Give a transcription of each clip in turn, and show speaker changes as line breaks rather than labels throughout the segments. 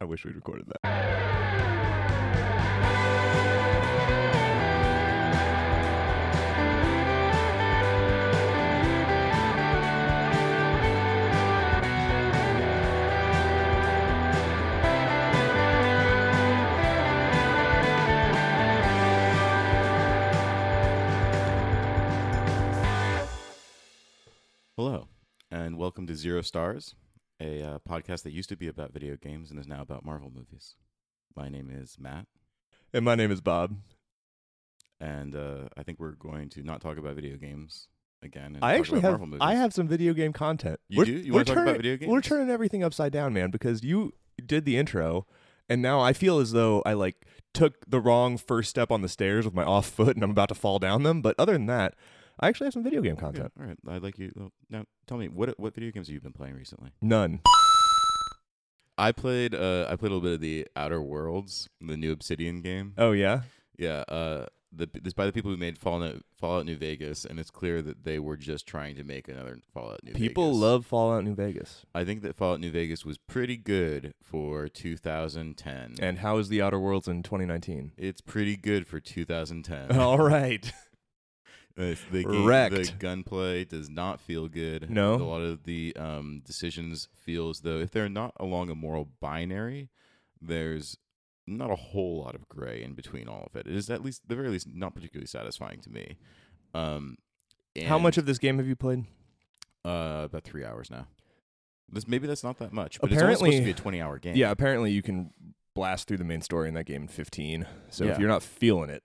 I wish we recorded that. Hello, and welcome to Zero Stars, a uh, podcast that used to be about video games and is now about Marvel movies. My name is Matt,
And my name is Bob.
and uh, I think we're going to not talk about video games again. And
I
talk
actually
about
have
Marvel movies.
I have some video game content.
You do? You wanna talk about video games?
We're turning everything upside down, man, because you did the intro, and now I feel as though I like took the wrong first step on the stairs with my off foot, and I'm about to fall down them. But other than that, I actually have some video game
Okay,
content.
all right, I'd like you oh, now. Tell me what what video games have you been playing recently?
None.
I played uh, I played a little bit of the Outer Worlds, the new Obsidian game.
Oh yeah.
Yeah, uh, the this by the people who made Fallout Fallout New Vegas, and it's clear that they were just trying to make another Fallout New
People
Vegas.
love Fallout New Vegas.
I think that Fallout New Vegas was pretty good for 2010.
And how is the Outer Worlds in 2019?
it's pretty good for 2010.
All right.
It's the, game, the
Oh, Wrecked.
gunplay does not feel good.
No.
a lot of the um, decisions feel as though if they're not along a moral binary, there's not a whole lot of gray in between all of it. It is at least, at the very least, not particularly satisfying to me. Um,
How much
and,
of this game have you played?
uh, about three hours now. This maybe that's not that much, but it's only supposed to
Apparently-
be a twenty-hour game.
Yeah, apparently you can blast through the main story in that game in 15. So
Yeah.
if you're not feeling it,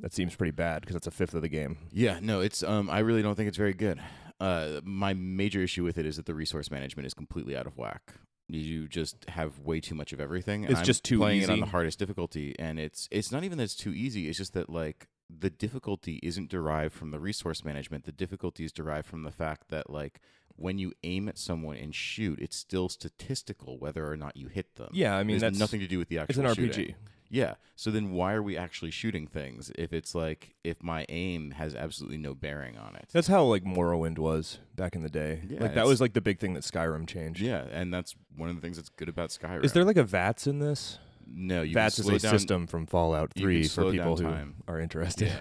that seems pretty bad because that's a fifth of the game.
Yeah, no, it's um I really don't think it's very good. Uh my major issue with it is that the resource management is completely out of whack. You just have way too much of everything. and
It's
I'm
just too
playing it on
easy.
the hardest difficulty and it's it's not even that it's too easy, it's just that like the difficulty isn't derived from the resource management. The difficulty is derived from the fact that like when you aim at someone and shoot, it's still statistical whether or not you hit them.
Yeah, I mean,
It has
that's
nothing to do with the
It's
actual
an RPG.
shooting. Yeah. So then why are we actually shooting things if it's like if my aim has absolutely no bearing on it?
That's how like Morrowind was back in the day.
Yeah,
like that
it's-
was like the big thing that Skyrim changed.
Yeah, and that's one of the things that's good about Skyrim.
Is there like a VATS in this?
no you can
VATS is
slow
a
down-
system from Fallout
you can
3
slow
for people
down
who
time.
are interested.
Yeah.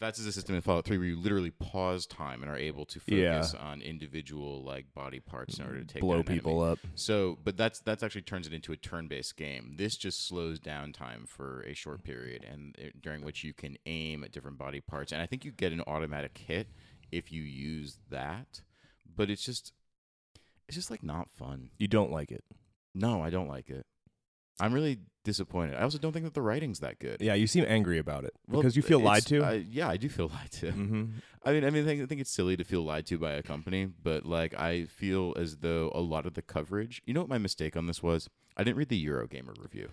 VATS is a system in Fallout 3 where you literally pause time and are able to
Yeah.
focus on individual like body parts in order to take
Blow
down an enemy.
people up.
So, but that's that's actually turns it into a turn-based game. This just slows down time for a short period, and uh, during which you can aim at different body parts. And I think you get an automatic hit if you use that. But it's just, it's just like not fun.
You don't like it.
No, I don't like it. I'm really disappointed. I also don't think that the writing's that good
Yeah, you seem angry about it
Well,
because you feel lied
it's-
to.
I, yeah, I do feel lied to.
mm-hmm.
I mean, I mean, I think, I think it's silly to feel lied to by a company, but like, I feel as though a lot of the coverage. You know what my mistake on this was? I didn't read the Eurogamer review.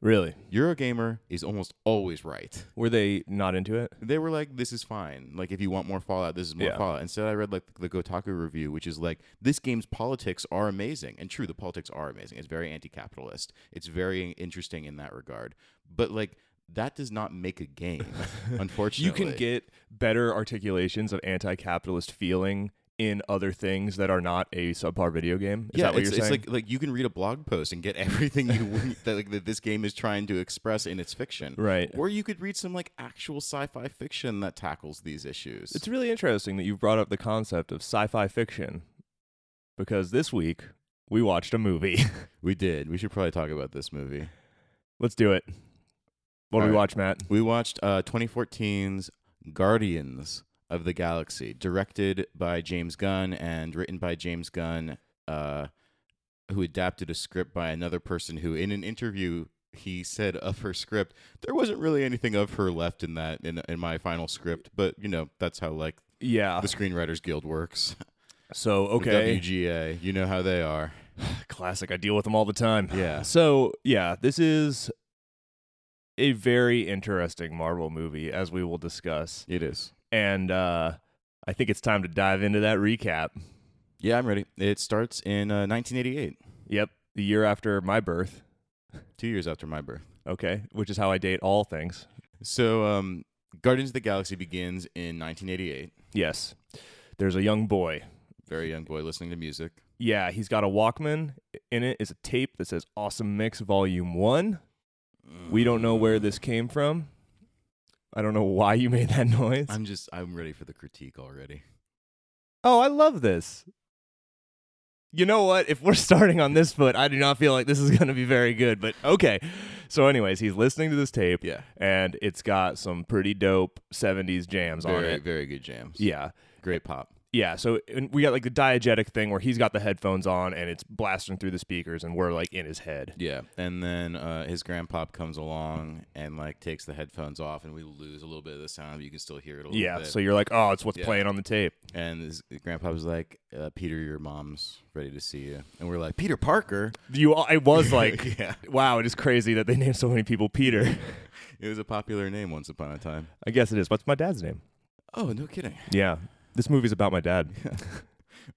Really?
Eurogamer is almost always right.
Were they not into it?
They were like, "This is fine. Like, if you want more Fallout, this is more
Yeah.
Fallout." Instead, I read like the Gotaku review, which is like, "This game's politics are amazing." And true, the politics are amazing. It's very anti-capitalist. It's very interesting in that regard. But like, that does not make a game.
you
unfortunately,
can get better articulations of anti-capitalist feeling in other things that are not a subpar video game. Is
yeah,
that what
it's,
you're
it's
saying?
like like you can read a blog post and get everything you want that like that this game is trying to express in its fiction.
right.
Or you could read some like actual sci-fi fiction that tackles these issues.
It's really interesting that you brought up the concept of sci-fi fiction because this week we watched a movie.
we did. We should probably talk about this movie.
Let's do it. What
All
do we
right.
watch, Matt?
We watched uh, 2014's Guardians of the Galaxy, directed by James Gunn and written by James Gunn, uh, who adapted a script by another person who, in an interview, he said of her script, there wasn't really anything of her left in that in, in my final script, but you know that's how like
Yeah.
the Screenwriters Guild works.
So
The
okay,
WGA, you know how they are.
classic. I deal with them all the time.
Yeah,
So yeah, this is a very interesting Marvel movie, as we will discuss.
it is.
and uh, I think it's time to dive into that recap.
Yeah, I'm ready. It starts in uh, 1988,
Yep, the year after my birth.
two years after my birth.
Okay, which is how I date all things.
So, um, Guardians of the Galaxy begins in 1988.
Yes, there's a young boy.
Very young boy listening to music.
yeah, he's got a Walkman. In it is a tape that says Awesome Mix Volume 1. We don't know where this came from. I don't know why you made that noise.
I'm just I'm ready for the critique already.
oh, I love this. You know what? If we're starting on this foot, I do not feel like this is going to be very good, but okay. So, anyways, he's listening to this tape,
Yeah.
and it's got some pretty dope 70s jams on
Very
it.
very good jams.
Yeah.
Great pop.
Yeah, so and we got like the diegetic thing where he's got the headphones on and it's blasting through the speakers and we're like in his head.
Yeah. And then uh, his grandpop comes along and like takes the headphones off and we lose a little bit of the sound, but you can still hear it a little
Yeah,
bit.
so you're like, oh, it's what's
Yeah.
playing on the tape.
and his grandpa's like, uh, Peter, your mom's ready to see you. And we're like, Peter Parker?
You, I was like,
yeah.
wow, it is crazy that they named so many people Peter.
It was a popular name once upon a time.
I guess it is. What's my dad's name?
Oh, no kidding.
Yeah, this movie's about my dad.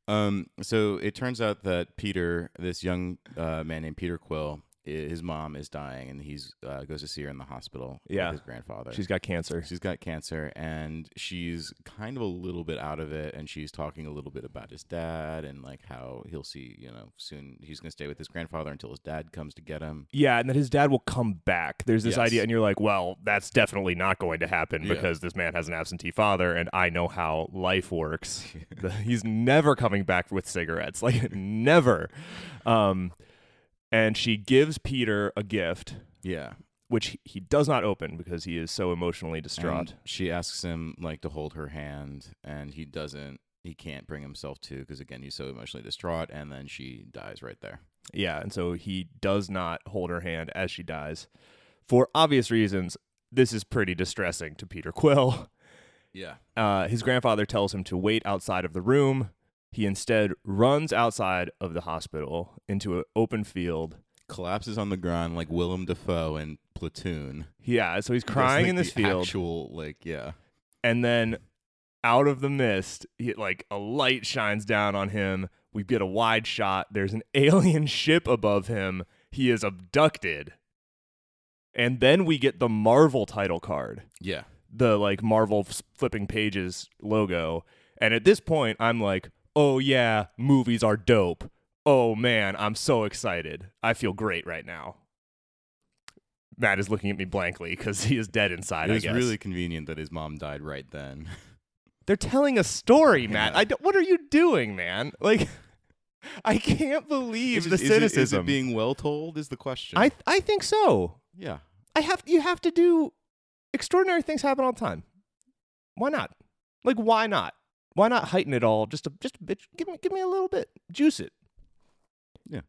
Um, so it turns out that Peter, this young uh, man named Peter Quill, i- his mom is dying, and he's uh, goes to see her in the hospital.
Yeah.
with his grandfather.
She's got cancer.
she's got cancer, and she's kind of a little bit out of it, and she's talking a little bit about his dad and like how he'll see, you know, soon he's going to stay with his grandfather until his dad comes to get him.
Yeah, and that his dad will come back. There's this
Yes.
idea, and you're like, well, that's definitely not going to happen
Yeah.
because this man has an absentee father, and I know how life works. The- He's never coming back with cigarettes, like never. Um, and she gives Peter a gift,
Yeah,
which he- he does not open because he is so emotionally distraught.
And she asks him like to hold her hand, and he doesn't. He can't bring himself to because again, he's so emotionally distraught, and then she dies right there.
Yeah, and so he does not hold her hand as she dies. For obvious reasons, this is pretty distressing to Peter Quill.
Yeah.
Uh, his grandfather tells him to wait outside of the room. He instead runs outside of the hospital into an open field.
collapses on the ground like Willem Dafoe in Platoon,
Yeah, so he's
That's,
crying
like,
in this
the
field,
Actual, like, yeah,
and then out of the mist, he, like a light shines down on him. We get a wide shot. There's an alien ship above him. He is abducted, and then we get the Marvel title card.
yeah,
the like Marvel f- flipping pages logo. And at this point, I'm like, oh yeah, movies are dope. Oh man, I'm so excited. I feel great right now. Matt is looking at me blankly because he is dead inside.
it
I
was
guess
really convenient that his mom died right then.
they're telling a story, Matt.
Yeah.
I don't, what are you doing, man? Like, I can't believe
It's
the
just- is it-
cynicism.
is it being well told is the question.
I I think so.
yeah,
I have you have to do extraordinary things happen all the time. Why not? Like why not? Why not heighten it all just a just a bit give me give me a little bit. Juice it.
Yeah.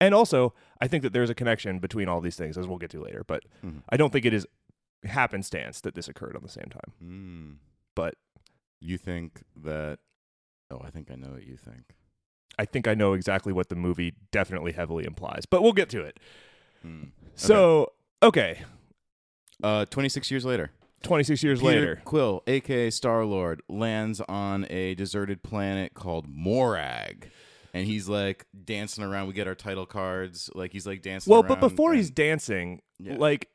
And also, I think that there's a connection between all these things as we'll get to later, but
Mhm.
I don't think it is happenstance that this occurred on the same time.
Mm.
But
you think that? Oh, I think I know what you think.
I think I know exactly what the movie definitely heavily implies. But we'll get to it.
Hmm.
So, okay,
Uh, twenty six years later.
26 years
Peter
later.
Quill, aka Star Lord, lands on a deserted planet called Morag, and he's like dancing around. We get our title cards. Like he's like dancing.
Well, but
around
before
and-
he's dancing,
Yeah.
like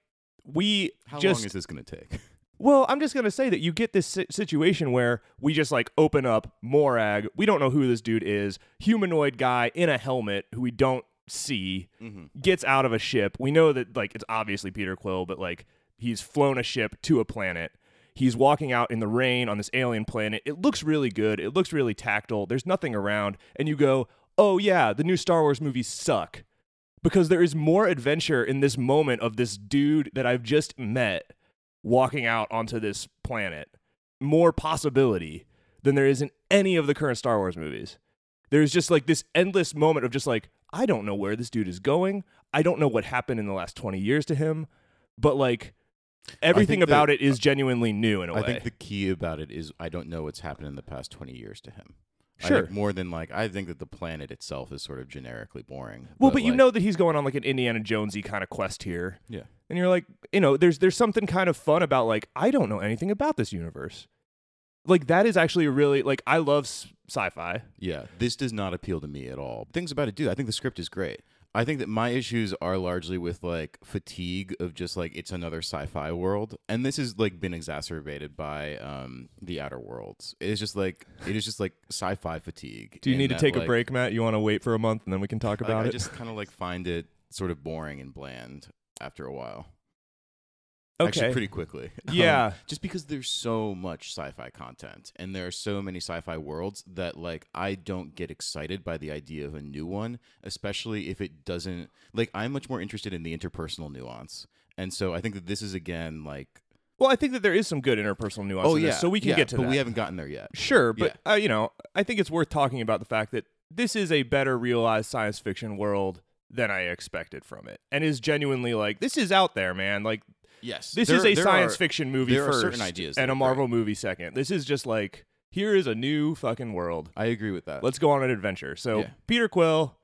we
How
just
long is this going to take?
Well, I'm just going to say that you get this si- situation where we just like open up Morag. We don't know who this dude is. Humanoid guy in a helmet who we don't see
Mm-hmm.
gets out of a ship. We know that like it's obviously Peter Quill, but like he's flown a ship to a planet. He's walking out in the rain on this alien planet. It looks really good. It looks really tactile. There's nothing around. And you go, oh, yeah, the new Star Wars movies suck. Because there is more adventure in this moment of this dude that I've just met walking out onto this planet. More possibility than there is in any of the current Star Wars movies. There's just like this endless moment of just like, I don't know where this dude is going. I don't know what happened in the last 20 years to him, but like everything
that-
about it is genuinely new in a
I
way.
think the key about it is I don't know what's happened in the past 20 years to him. I
Sure.
think more than like, I think that the planet itself is sort of generically boring.
well, but, you
like-
know that he's going on like an Indiana Jonesy kind of quest here.
Yeah.
And you're like, you know, there's there's something kind of fun about like I don't know anything about this universe. Like that is actually a really like I love s- sci-fi.
Yeah. This does not appeal to me at all. Things about it do. I think the script is great. I think that my issues are largely with like fatigue of just like it's another sci-fi world, and this has like been exacerbated by um the Outer Worlds. It is just like it is just like sci-fi fatigue.
Do you
in
need to
that,
take a
like,
break, Matt? You want to wait for a month and then we can talk
like,
about
I
it?
just kind of like find it sort of boring and bland after a while.
okay.
Actually, pretty quickly. Um,
yeah.
just because there's so much sci-fi content and there are so many sci-fi worlds that like I don't get excited by the idea of a new one, especially if it doesn't like I'm much more interested in the interpersonal nuance. And so I think that this is again like
Well, I think that there is some good interpersonal nuance. in this, Oh, so we can
Oh, yeah,
get to
but
that.
we haven't gotten there yet.
Sure, but uh, you know, I think it's worth talking about the fact that this is a better realized science fiction world than I expected from it, and is genuinely like this is out there, man. Like
Yes.
this
is
is a science fiction movie
there are
first,
certain ideas
and
that
a
are
Marvel movie second. This is just like here is a new fucking world.
I agree with that.
Let's go on an adventure. So
Yeah.
Peter Quill,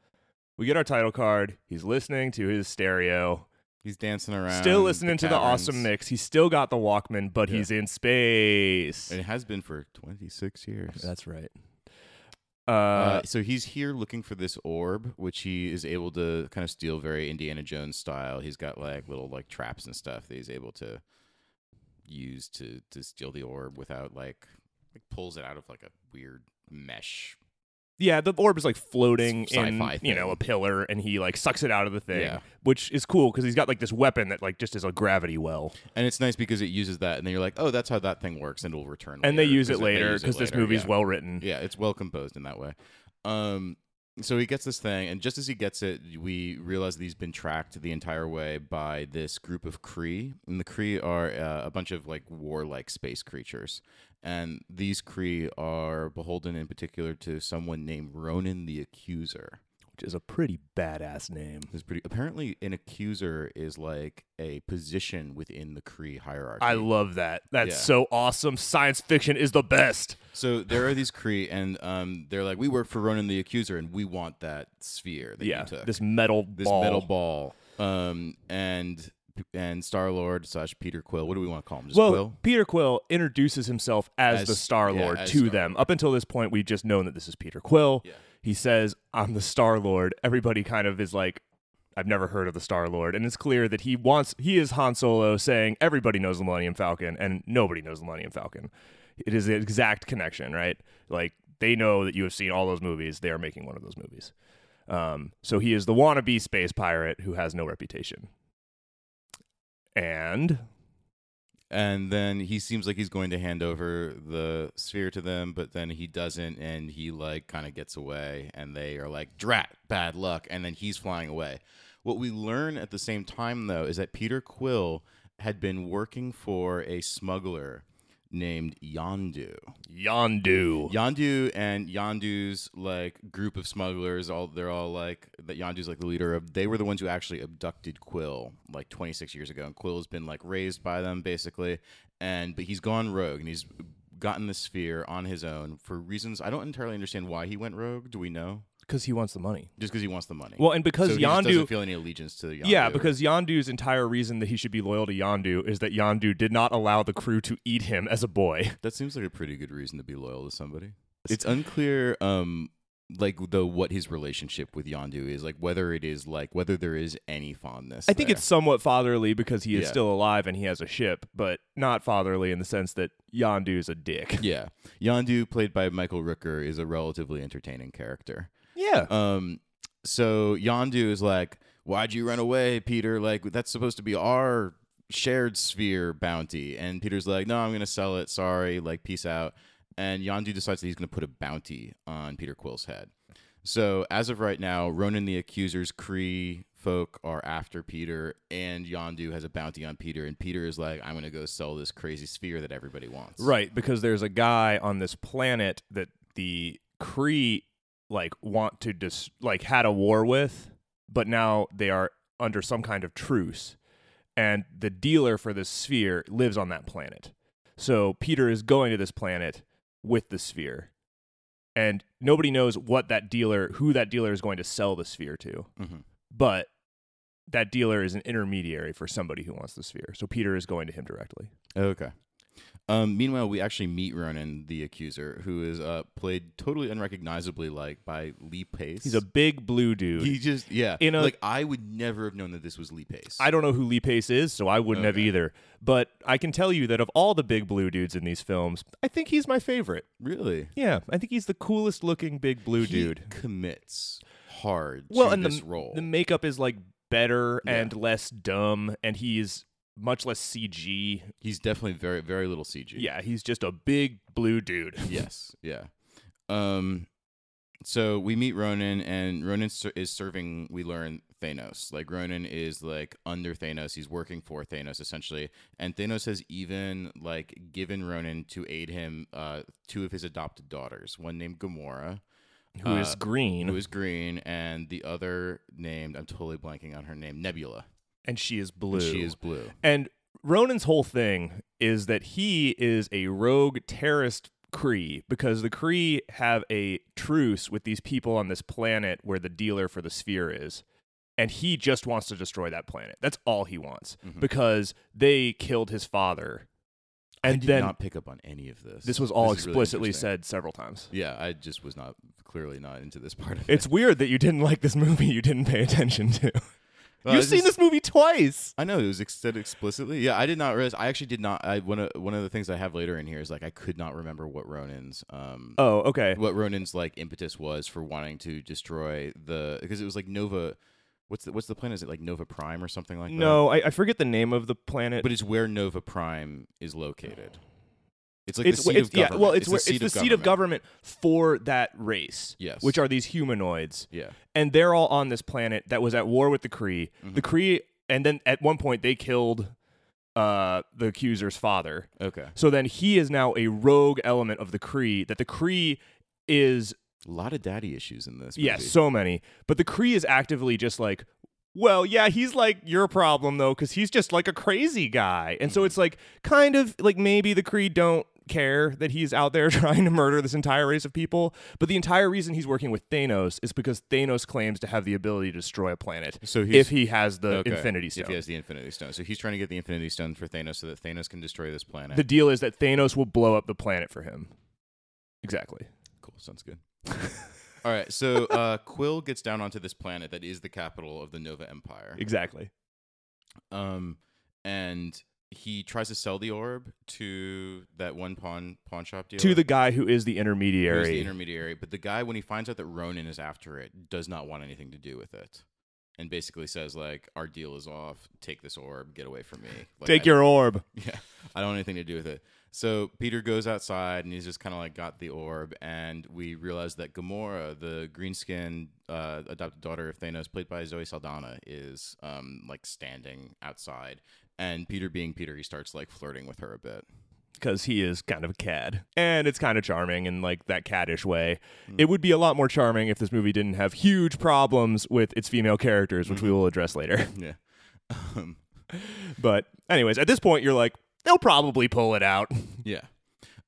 we get our title card. He's listening to his stereo,
He's dancing around.
still listening to the
caverns.
awesome mix. He's still got the Walkman, but
Yeah.
he's in space.
And it has been for 26 years.
That's right.
Uh,
uh,
so he's here looking for this orb, which he is able to kind of steal very Indiana Jones style. He's got like little like traps and stuff that he's able to use to to steal the orb without like like pulls it out of like a weird mesh.
Yeah, the orb is like floating in
Sci-fi
you know
thing.
a pillar, and he like sucks it out of the thing,
Yeah.
which is cool because he's got like this weapon that like just is a gravity well,
And it's nice because it uses that, and then you're like, oh, that's how that thing works, and it'll return.
and they use it
'cause
later
use it
because this
later,
movie's
yeah.
well written.
Yeah, it's well composed in that way. Um, so he gets this thing, and just as he gets it, we realize that he's been tracked the entire way by this group of Kree, and the Kree are uh, a bunch of like warlike space creatures, and these Kree are beholden in particular to someone named Ronan the Accuser.
Which is a pretty badass name.
Who's pretty apparently an accuser is like a position within the Kree hierarchy.
I love that. That's
Yeah.
so awesome. Science fiction is the best.
So there are these Kree, and um, they're like, we work for Ronan the Accuser, and we want that sphere that
Yeah,
you took,
this metal
this
ball.
metal ball. Um, and and Star Lord slash Peter Quill. What do we want to call him? Just
well,
Quill.
Peter Quill introduces himself as,
As-
the Star Lord
yeah, as
to
Star-Lord.
them. Up until this point, we've just known that this is Peter Quill.
Yeah.
He says, I'm the Star Lord. Everybody kind of is like, I've never heard of the Star Lord. And it's clear that he wants, he is Han Solo saying, everybody knows the Millennium Falcon and nobody knows the Millennium Falcon. It is the exact connection, right? Like, they know that you have seen all those movies. They are making one of those movies. Um, so he is the wannabe space pirate who has no reputation. And
And then he seems like he's going to hand over the sphere to them, but then he doesn't, and he like kind of gets away, and they are like, "Drat, bad luck!" And then he's flying away. What we learn at the same time, though, is that Peter Quill had been working for a smuggler named Yondu.
Yondu.
Yandu and Yandu's like group of smugglers, all they're all like that Yandu's like the leader of they were the ones who actually abducted Quill like 26 years ago and Quill's been like raised by them basically and but he's gone rogue and he's gotten the sphere on his own for reasons I don't entirely understand why he went rogue, do we know?
Because he wants the money.
Just cuz he wants the money.
Well, and because
so he just
Yandu.
doesn't feel any allegiance to Yandu.
Yeah, because Yandu's entire reason that he should be loyal to Yandu is that Yandu did not allow the crew to eat him as a boy.
That seems like a pretty good reason to be loyal to somebody. It's unclear, um, like the what his relationship with Yondu is, like whether it is like whether there is any fondness.
I think
there.
it's somewhat fatherly because he is
Yeah.
still alive and he has a ship, but not fatherly in the sense that Yandu is a dick.
yeah. Yondu, played by Michael Rooker, is a relatively entertaining character.
Yeah.
Um, so Yondu is like, "Why'd you run away, Peter? Like that's supposed to be our shared sphere bounty." And Peter's like, "No, I'm gonna sell it. Sorry. Like, peace out." And Yondu decides that he's gonna put a bounty on Peter Quill's head. So as of right now, Ronan the Accuser's Cree folk are after Peter, and Yondu has a bounty on Peter, and Peter is like, "I'm gonna go sell this crazy sphere that everybody wants."
Right, because there's a guy on this planet that the Kree like want to dis- like had a war with, but now they are under some kind of truce, and the dealer for this sphere lives on that planet. So Peter is going to this planet with the sphere, and nobody knows what that dealer, who that dealer is going to sell the sphere to,
hmm
but that dealer is an intermediary for somebody who wants the sphere. So Peter is going to him directly.
Okay. Um, meanwhile, we actually meet Ronan, the accuser, who is uh, played totally unrecognizably like by Lee Pace.
He's a big blue dude.
he just yeah.
in a-
like I would never have known that this was Lee Pace.
I don't know who Lee Pace is, so I wouldn't have
Okay.
either. But I can tell you that of all the big blue dudes in these films, I think he's my favorite.
really
Yeah, I think he's the coolest looking big blue
He
dude.
commits hard.
Well,
to
and
this
the,
role.
the makeup is like better
Yeah.
and less dumb, and he's much less CG.
He's definitely very very little CG.
Yeah, he's just a big blue dude.
yes. Yeah. Um. So we meet Ronan, and Ronan ser- is serving. We learn Thanos. Like Ronan is like under Thanos. He's working for Thanos essentially, and Thanos has even like given Ronan to aid him. Uh, two of his adopted daughters, one named Gamora,
Who is
Uh,
green,
who is green, and the other named I'm totally blanking on her name, Nebula.
and she is blue.
And She is blue.
And Ronan's whole thing is that he is a rogue terrorist Kree because the Kree have a truce with these people on this planet where the dealer for the sphere is. And he just wants to destroy that planet. That's all he wants
Mhm.
because they killed his father. And
I did
then
not pick up on any of this.
this was all
is really
explicitly
interesting.
said several times.
Yeah, I just was not clearly not into this part of it.
It's weird that you didn't like this movie you didn't pay attention to.
Well, I
You've
just-
seen this movie twice.
I know it was ex- said explicitly. Yeah, I did not realize. I actually did not. I one of one of the things I have later in here is like I could not remember what Ronin's um
Oh, okay.
what Ronin's like impetus was for wanting to destroy the because it was like Nova. What's the what's the planet? Is it like Nova Prime or something like that?
No, I, I forget the name of the planet.
but it's where Nova Prime is located. It's like
it's,
the seat
it's
of
yeah,
government.
well, it's, where- it's
the seat,
the
of,
seat of government
government.
for that race,
Yes.
which are these humanoids,
Yeah.
and they're all on this planet that was at war with the Kree.
Mm-hmm.
The Kree, and then at one point they killed uh, the accuser's father.
Okay.
So then he is now a rogue element of the Kree. That the Kree is
A lot of daddy issues in this.
yes,
movie.
so many, but the Kree is actively just like. Well, yeah, he's like your problem though, because he's just like a crazy guy, and
Mm-hmm.
so it's like kind of like maybe the Kree don't care that he's out there trying to murder this entire race of people, but the entire reason he's working with Thanos is because Thanos claims to have the ability to destroy a planet
So he's-
if he has the
Okay.
Infinity
If he
Stone.
has the Infinity Stone, so he's trying to get the Infinity Stone for Thanos, so that Thanos can destroy this planet.
The deal is that Thanos will blow up the planet for him. Exactly.
Cool. Sounds good. All right. So uh, Quill gets down onto this planet that is the capital of the Nova Empire.
Exactly.
Um, and he tries to sell the orb to that one pawn pawn shop dealer.
To the guy who is the
who's
intermediary.
the intermediary, but the guy when he finds out that Ronan is after it does not want anything to do with it, and basically says like, "Our deal is off. Take this orb. Get away from me. Like,
Take
I-
your orb.
yeah, I don't want anything to do with it. So Peter goes outside and he's just kind of like got the orb, and we realize that Gamora, the green skinned uh, adopted daughter of Thanos, played by Zoe Saldana, is um, like standing outside. And Peter, being Peter, he starts like flirting with her a bit.
because he is kind of a cad and it's kind of charming in like that caddish way
Hmm.
it would be a lot more charming if this movie didn't have huge problems with its female characters which we will address later
Mm-hmm. Yeah. Um,
but anyways at this point you're like they'll probably pull it out
yeah.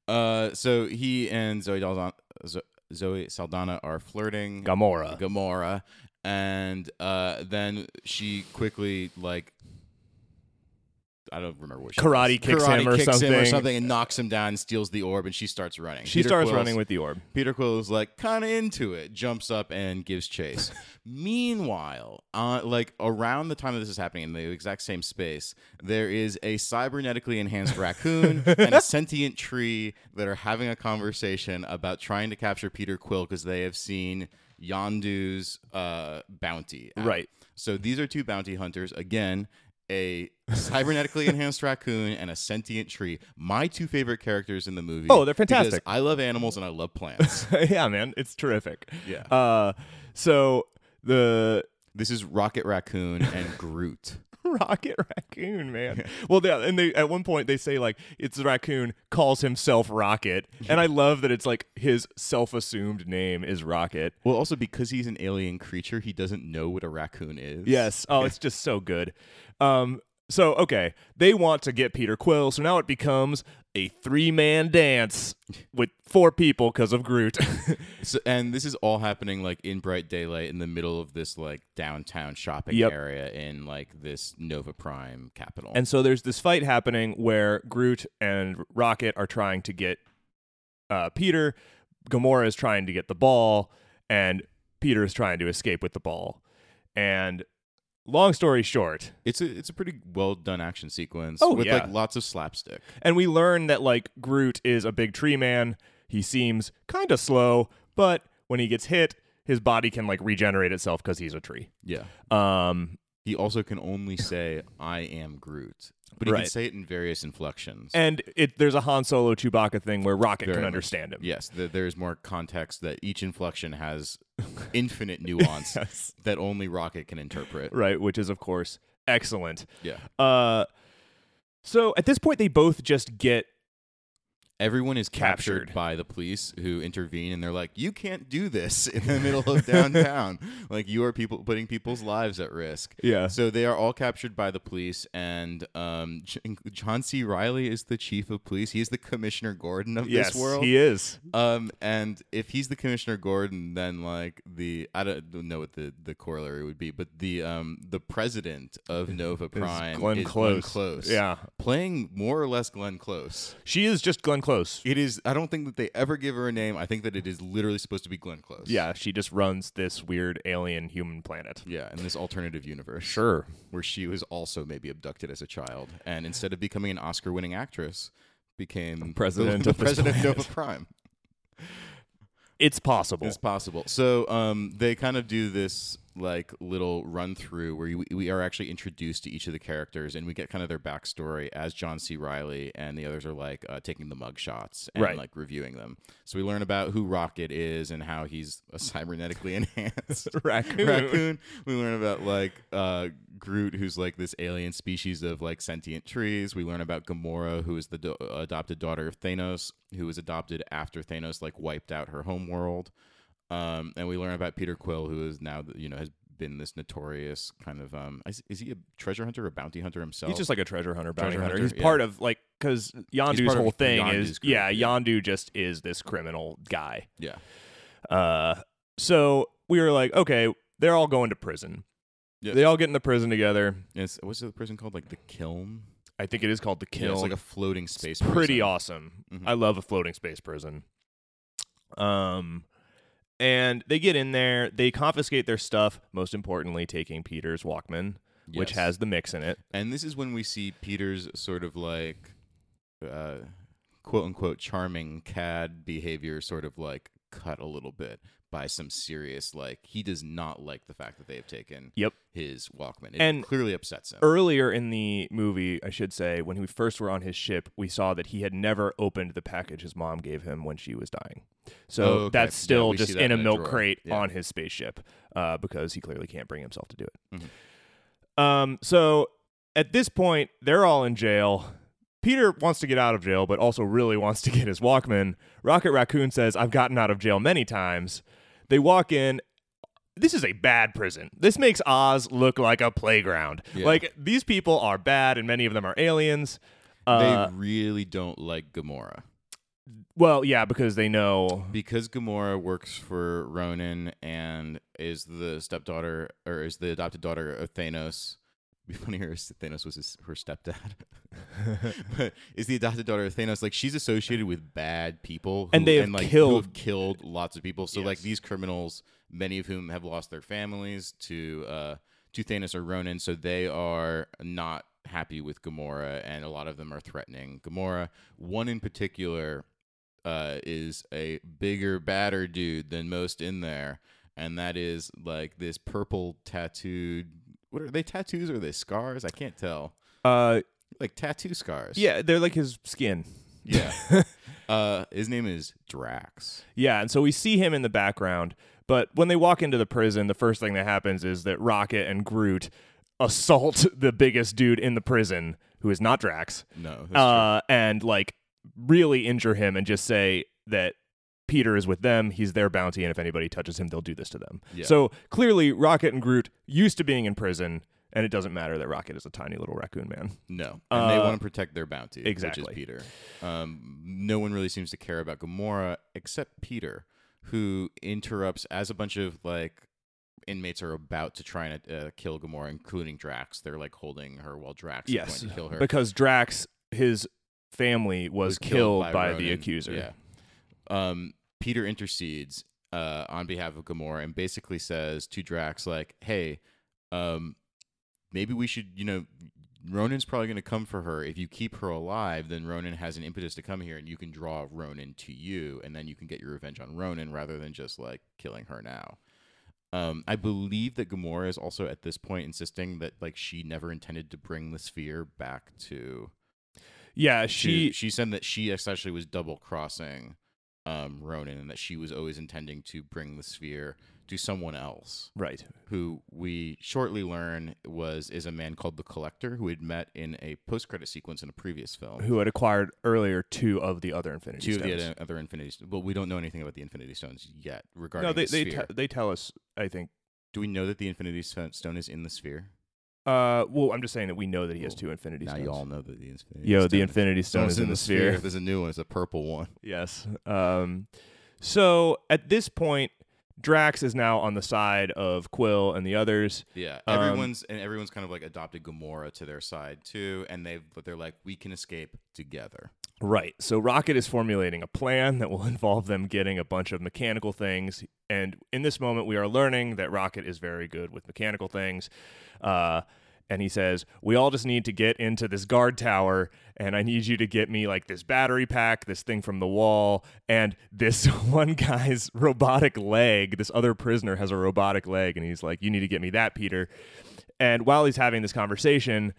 Uh, so he and Zoe, Dalzan- Zo- Zoe Saldana are flirting.
gamora
Gamora, and uh, then she quickly like I don't remember what she
Karate
does.
kicks him or
kicks
something.
and knocks him down, steals the orb, and she starts running.
she
Peter
starts
Quill's-
running with the orb
Peter Quill is like kind of into it, jumps up and gives chase. Meanwhile, uh, like around the time that this is happening in the exact same space, there is a cybernetically enhanced raccoon and a sentient tree that are having a conversation about trying to capture Peter Quill because they have seen Yondu's uh, bounty. out.
Right.
So these are two bounty hunters. Again, a cybernetically enhanced raccoon and a sentient tree. My two favorite characters in the movie.
Oh, they're
because
fantastic.
I love animals and I love plants.
yeah man it's terrific
Yeah.
uh so the
this is Rocket Raccoon and Groot.
Rocket Raccoon, man. Well, yeah, and they at one point they say like it's the raccoon calls himself Rocket, and I love that it's like his self-assumed name is Rocket.
Well, also because he's an alien creature, he doesn't know what a raccoon is.
Yes. Oh, it's just so good. Um. So okay, they want to get Peter Quill, so now it becomes a three man dance with four people because of Groot.
So, and this is all happening like in bright daylight in the middle of this like downtown shopping
Yep.
area in like this Nova Prime capital.
and so there's this fight happening where Groot and Rocket are trying to get uh, Peter. Gamora is trying to get the ball, and Peter is trying to escape with the ball. And long story short,
it's a it's a pretty well done action sequence
Oh,
with
yeah.
like lots of slapstick.
And we learn that like Groot is a big tree man. He seems kind of slow, but when he gets hit, his body can like regenerate itself because he's a tree.
Yeah.
Um,
He also can only say I am Groot, but he
Right.
can say it in various inflections.
and it there's a Han Solo Chewbacca thing where Rocket
Very
can
much.
understand him.
yes, th- there is more context that each inflection has infinite nuance
Yes.
that only Rocket can interpret.
Right, which is of course excellent.
Yeah.
Uh, so at this point, they both just get
Everyone is captured,
Captured.
by the police who intervene and they're like, You can't do this in the middle of downtown. like you are people putting people's lives at risk.
yeah.
So they are all captured by the police, and um, J- John C. Riley is the chief of police. He is the Commissioner Gordon of
Yes,
this world.
he is.
Um, and if he's the Commissioner Gordon, then like the I don't don't know what the, the corollary would be, but the um the president of Nova Prime
Glenn
is
Close.
Close.
Yeah.
playing more or less Glenn Close.
She is just Glenn Close.
It is. I don't think that they ever give her a name. I think that it is literally supposed to be Glenn Close.
Yeah, she just runs this weird alien human planet.
Yeah, in this alternative universe
Sure.
where she was also maybe abducted as a child, and instead of becoming an Oscar-winning actress, became
President
the,
of
the
this
president
planet.
of Nova Prime.
It's possible.
It's possible. So um, they kind of do this like little run through where you, we are actually introduced to each of the characters and we get kind of their backstory as John C. Riley and the others are like uh, taking the mug shots and
Right.
like reviewing them. So we learn about who Rocket is and how he's a cybernetically enhanced
Raccoon.
raccoon. We learn about like uh, Groot, who's like this alien species of like sentient trees. We learn about Gamora, who is the do- adopted daughter of Thanos, who was adopted after Thanos like wiped out her homeworld. Um, and we learn about Peter Quill, who is now you know has been this notorious kind of um is, is he a treasure hunter or bounty hunter himself?
He's just like a treasure hunter, bounty
Treasure
hunter.
hunter,
He's
yeah.
part of like because Yondu's
part of
whole thing is
Yondu's group,
yeah,
yeah.
Yondu just is this criminal guy.
yeah
Uh, so we were like, okay, they're all going to prison.
Yeah.
They all get in the prison together.
it's, what's the prison called like the kiln?
I think it is called the
Yeah,
kill.
it's like a floating space.
pretty
prison.
awesome.
Mhm.
I love a floating space prison. Um, and they get in there. They confiscate their stuff. Most importantly, taking Peter's Walkman, which
Yes.
has the mix in it.
And this is when we see Peter's sort of like, uh, quote unquote, charming cad behavior sort of like cut a little bit by some serious, like, he does not like the fact that they have taken
Yep.
his Walkman. It
And- er,
clearly upsets him.
earlier in the movie, I should say, when we first were on his ship, we saw that he had never opened the package his mom gave him when she was dying. So
Oh, okay.
that's
Yeah,
still
we see
just
that
in a
in the
milk
drawer.
crate
Yeah.
on his spaceship uh, because he clearly can't bring himself to do it.
Mhm.
Um, so at this point, they're all in jail. Peter wants to get out of jail, but also really wants to get his Walkman. Rocket Raccoon says, I've gotten out of jail many times. They walk in. This is a bad prison. This makes Oz look like a playground.
Yeah.
Like, these people are bad, and many of them are aliens. Uh,
they really don't like Gamora
well, yeah, because they know.
because Gamora works for Ronan and is the stepdaughter or is the adopted daughter of Thanos. It'd be funnier if Thanos was his, her stepdad. but is the adopted daughter of Thanos like she's associated with bad people who,
And they have
like, who
killed-
have killed lots of people. So like
Yes.
these criminals, many of whom have lost their families to uh, to Thanos or Ronan, so they are not happy with Gamora, and a lot of them are threatening Gamora. One in particular uh, is a bigger, badder dude than most in there, and that is like this purple tattooed. What are they tattoos? Or are they scars? I can't tell.
Uh,
Like tattoo scars.
yeah, they're like his skin.
Yeah. uh, his name is Drax.
Yeah, and so we see him in the background, but when they walk into the prison, the first thing that happens is that Rocket and Groot assault the biggest dude in the prison, who is not Drax,
No. that's
uh, and like really injure him and just say that Peter is with them, he's their bounty, and if anybody touches him, they'll do this to them.
Yeah.
So clearly, Rocket and Groot used to being in prison And it doesn't matter that Rocket is a tiny little raccoon man.
No, and they
Uh,
want to protect their bounty, which
exactly.
is Peter. Um, no one really seems to care about Gamora except Peter, who interrupts as a bunch of like inmates are about to try and uh, kill Gamora, including Drax. They're like holding her while Drax
Yes,
is going to kill her.
Because Drax, his family was,
was
killed, by, the
Ronan.
accuser.
Yeah. Um, Peter intercedes uh, on behalf of Gamora and basically says to Drax, like, "Hey, um, maybe we should, you know, Ronan's probably going to come for her. If you keep her alive, then Ronan has an impetus to come here, and you can draw Ronan to you, and then you can get your revenge on Ronan rather than just like killing her now." Um, I believe that Gamora is also at this point insisting that like she never intended to bring the sphere back to
Yeah,
she
she
she said that she essentially was double crossing um Ronan and that she was always intending to bring the sphere to someone else
right.
who we shortly learn was is a man called the collector who had met in a post-credit sequence in a previous film
Who had acquired earlier two of the other Infinity
two of
Stones.
the other- other infinity stones well we don't know anything about the infinity stones yet regarding
no, they
the
they,
sphere
te- they tell us. I think.
do we know that the infinity Sto- stone is in the sphere
Uh, well, I'm just saying that we know that he has
Cool.
two Infinity
now
Stones.
you all know that the infinity
Yo,
stone
the Infinity Stone
Stone's
is in the sphere.
there's a new one it's a purple one
Yes. Um, so at this point, Drax is now on the side of Quill and the others.
Yeah,
Um,
everyone's and everyone's kind of like adopted Gamora to their side too, and they but they're like we can escape together.
Right. So Rocket is formulating a plan that will involve them getting a bunch of mechanical things. And in this moment, we are learning that Rocket is very good with mechanical things. Uh, and he says, We all just need to get into this guard tower, and I need you to get me like this battery pack, this thing from the wall, and this one guy's robotic leg. This other prisoner has a robotic leg, and he's like, You need to get me that, Peter. And while he's having this conversation,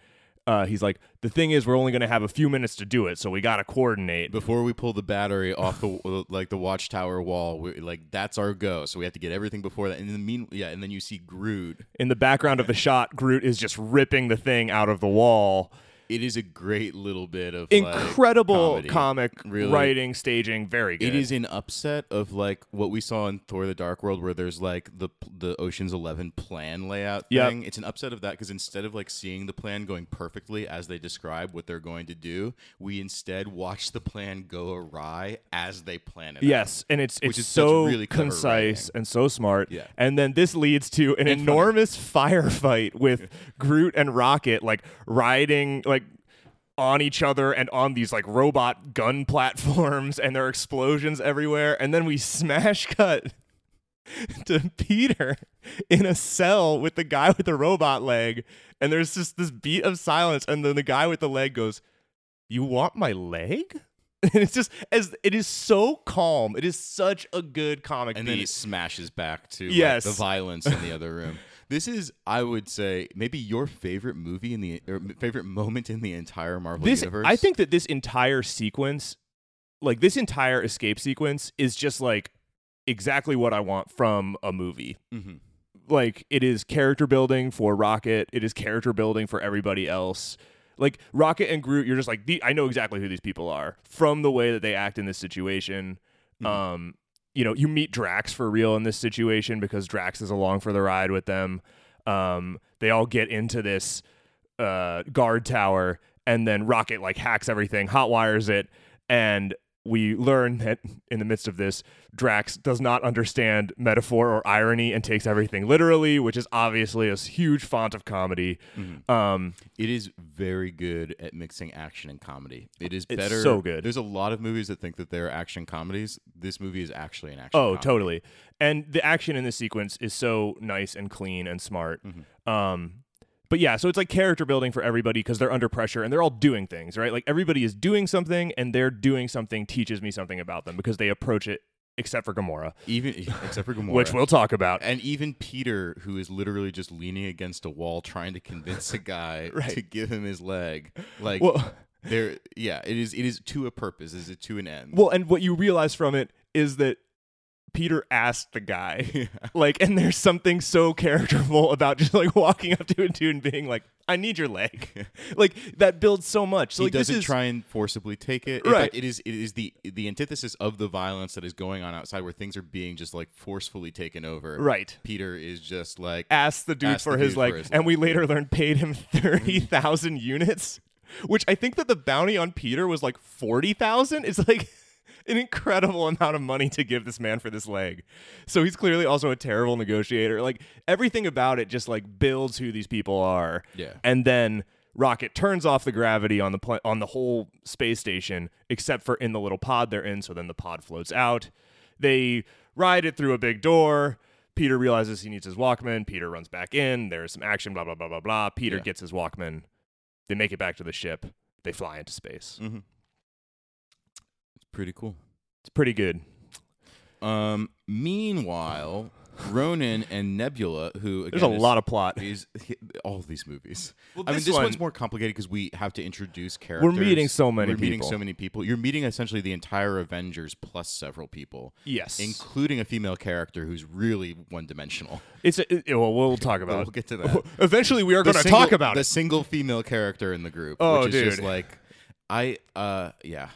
uh, he's like, the thing is, we're only going to have a few minutes to do it, so we got to coordinate.
Before we pull the battery off the like the watchtower wall, we like that's our go. So we have to get everything before that. And in the mean, yeah, and then you see Groot.
In the background of the shot, Groot is just ripping the thing out of the wall.
It is a great little bit of like,
Incredible
comedy.
comic
Really.
writing, staging, very good.
It is an upset of like what we saw in Thor: The Dark World, where there's like the the Ocean's Eleven plan layout
Yep.
thing. It's an upset of that because instead of like seeing the plan going perfectly as they describe what they're going to do, we instead watch the plan go awry as they plan it. out.
Yes, and it's it's
Which is such
so
really clever
concise and so smart.
Yeah.
And then this leads to an
And funny.
enormous firefight with Groot and Rocket like riding like on each other and on these like robot gun platforms and there are explosions everywhere and then we smash cut to Peter in a cell with the guy with the robot leg and there's just this beat of silence and then the guy with the leg goes you want my leg? And it's just as it is so calm. It is such a good comic
and
beat.
then it smashes back to like,
Yes.
the violence in the other room. This is, I would say, maybe your favorite movie in the or favorite moment in the entire Marvel
this
universe.
I think that this entire sequence, like this entire escape sequence, is just like exactly what I want from a movie.
Mhm.
Like it is character building for Rocket. It is character building for everybody else. Like Rocket and Groot, you're just like the, I know exactly who these people are from the way that they act in this situation. Um, you know, you meet Drax for real in this situation because Drax is along for the ride with them. Um, they all get into this uh, guard tower, and then Rocket like hacks everything, hotwires it, and we learn that in the midst of this, Drax does not understand metaphor or irony and takes everything literally, which is obviously a huge font of comedy. Um,
It is very good at mixing action and comedy. It is
It's
better.
so good.
There's a lot of movies that think that they're action comedies. This movie is actually an action.
Oh,
comedy.
totally. And the action in this sequence is so nice and clean and smart. Um, but yeah, so it's like character building for everybody because they're under pressure and they're all doing things, right? Like everybody is doing something and they're doing something teaches me something about them because they approach it, except for Gamora,
Even e, except for Gamora,
which we'll talk about.
and even Peter, who is literally just leaning against a wall trying to convince a guy
Right.
to give him his leg. Like
Well,
there, yeah, it is. It is to a purpose. Is it to an end?
well, and what you realize from it is that Peter asked the guy. Like, and there's something so characterful about just like walking up to a dude and being like, "I need your leg." like that builds so much. So
he
like, this
doesn't
is-
try and forcibly take it. In
Right.
fact, it is it is the the antithesis of the violence that is going on outside, where things are being just like forcefully taken over.
Right.
Peter is just like
asked the dude
Asked
for
the
his
dude
like,
for his
and we later learned paid him thirty thousand units, which I think that the bounty on Peter was like forty thousand. It's like an incredible amount of money to give this man for this leg. So he's clearly also a terrible negotiator. Like everything about it just like builds who these people are.
Yeah.
and then. Rocket turns off the gravity on the pla- on the whole space station, except for in the little pod they're in. So then the pod floats out. They ride it through a big door. Peter realizes he needs his Walkman. Peter runs back in. There's some action, blah, blah, blah, blah, blah. Peter
Yeah.
gets his Walkman. They make it back to the ship. They fly into space.
Mhm. It's pretty cool.
It's pretty good.
Um, meanwhile, Ronan and Nebula, who again,
There's a lot of plot.
is all of these movies.
Well,
I mean,
this
this
one-
one's more complicated because we have to introduce characters.
meeting so many
We're meeting
people.
so many people. You're meeting essentially the entire Avengers plus several people,
Yes.
including a female character who's really one dimensional.
it's a, it- well, we'll talk about
We'll
it.
get to that.
Eventually, we are going to
single-
talk about
the
it.
single female character in the group.
Oh,
which is just
dude.
like I uh yeah.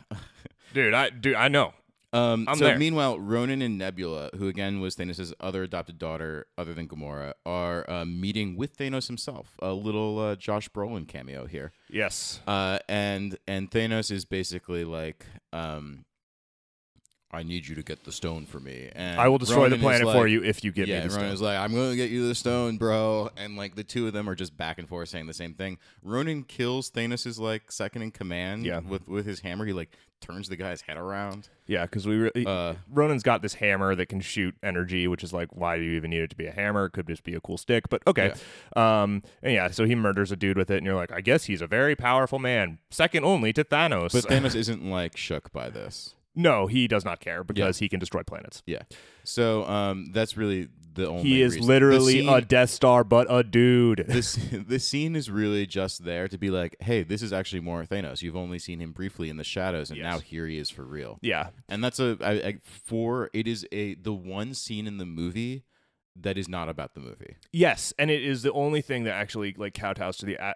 Dude, I, dude, I know.
Um,
I'm
so
there.
meanwhile, Ronan and Nebula, who again was Thanos' other adopted daughter, other than Gamora, are uh, meeting with Thanos himself. A little uh, Josh Brolin cameo here,
Yes.
uh, and and Thanos is basically like, um, "I need you to get the stone for me, and
I will destroy
Ronan
the
is
planet
like-
for you if you give
yeah,
me
and
this.
Ronan's like, I'm gonna get you the stone, bro. And like the two of them are just back and forth saying the same thing. Ronan kills Thanos' like second in command
Yeah.
with, with his hammer. He like turns the guy's head around.
Yeah, because we really
Uh,
Ronan's got this hammer that can shoot energy, which is like, why do you even need it to be a hammer? It could just be a cool stick, but okay. Um, and yeah, so he murders a dude with it, and you're like, I guess he's a very powerful man, second only to Thanos.
But Thanos isn't like shook by this.
no, he does not care because he can destroy planets.
Yeah. So um, that's really the only.
He is
reason.
literally
the scene,
a Death Star, but a dude.
This the scene is really just there to be like, hey, this is actually more Thanos. You've only seen him briefly in the shadows, and now here he is for real.
yeah,
and that's a I, I, for it is a the one scene in the movie that is not about the movie.
yes, and it is the only thing that actually like kowtows to the a-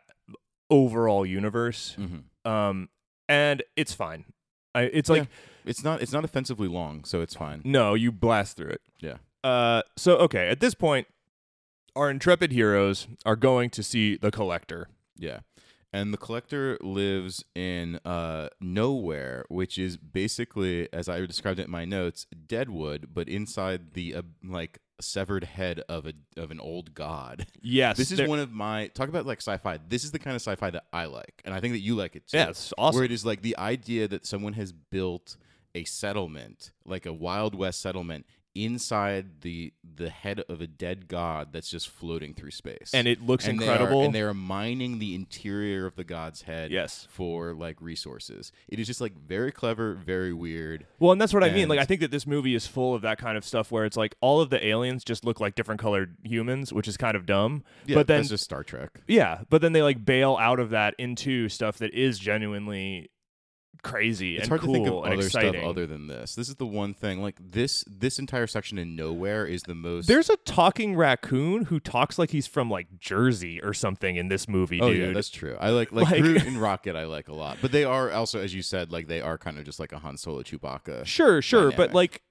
overall universe. Um, and it's fine. I, it's like
It's not it's not offensively long, so it's fine.
no, you blast through it.
Yeah,
Uh, so okay, at this point, our intrepid heroes are going to see the collector.
yeah. And the collector lives in uh, nowhere, which is basically, as I described it in my notes, Deadwood, but inside the uh, like severed head of a of an old god.
Yes,
This is
they're-
one of my talk about like sci-fi. This is the kind of sci-fi that I like, and I think that you like it too.
Yeah, it's awesome.
Where it is like the idea that someone has built a settlement, like a Wild West settlement, inside the the head of a dead god that's just floating through space,
and it looks
And they are-
incredible.
and they are mining the interior of the god's head,
Yes.
for like resources. It is just like very clever, very weird.
well, and that's what I mean.
and-
Like, I think that this movie is full of that kind of stuff where it's like all of the aliens just look like different colored humans, which is kind of dumb.
Yeah,
but then,
that's just Star Trek.
yeah, but then they like bail out of that into stuff that is genuinely crazy
it's
and
hard
cool
to think of
and
other
exciting.
stuff other than this. This is the one thing. Like this, this entire section in nowhere is the most.
There's a talking raccoon who talks like he's from like Jersey or something in this movie,
oh
dude.
yeah, that's true. I like like,
Like-
Groot and Rocket. I like a lot, but they are also, as you said, like they are kind of just like a Han Solo Chewbacca.
Sure, sure, but
dynamic.
like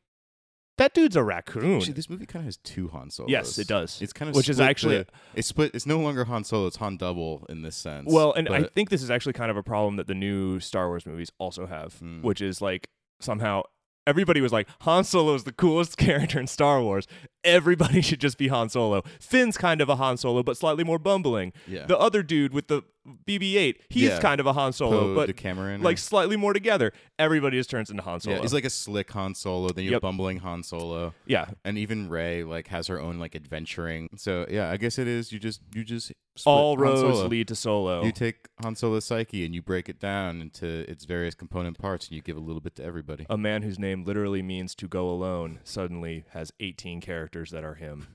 that dude's a raccoon.
Actually, this movie kind of has two Han Solos.
Yes, it does.
It's kind of
Which is
split
actually-
the- it's split. It's no longer Han Solo. It's Han Double in this sense.
well, and I
but-
think this is actually kind of a problem that the new Star Wars movies also have,
Hmm.
which is like somehow everybody was like Han Solo is the coolest character in Star Wars. Everybody should just be Han Solo. Finn's kind of a Han Solo, but slightly more bumbling.
Yeah.
The other dude with the BB-8, he's
Yeah.
kind of a Han Solo,
Poe
but
DeCameron, or-
like slightly more together. Everybody just turns into Han Solo.
yeah, he's like a slick Han Solo. Then you have
Yep.
bumbling Han Solo.
yeah,
and even Ray like has her own like adventuring. So yeah, I guess it is. You just you just split
all
Han
roads
Solo.
lead to Solo.
You take Han Solo's psyche and you break it down into its various component parts, and you give a little bit to everybody.
a man whose name literally means to go alone suddenly has 18 characters that are him.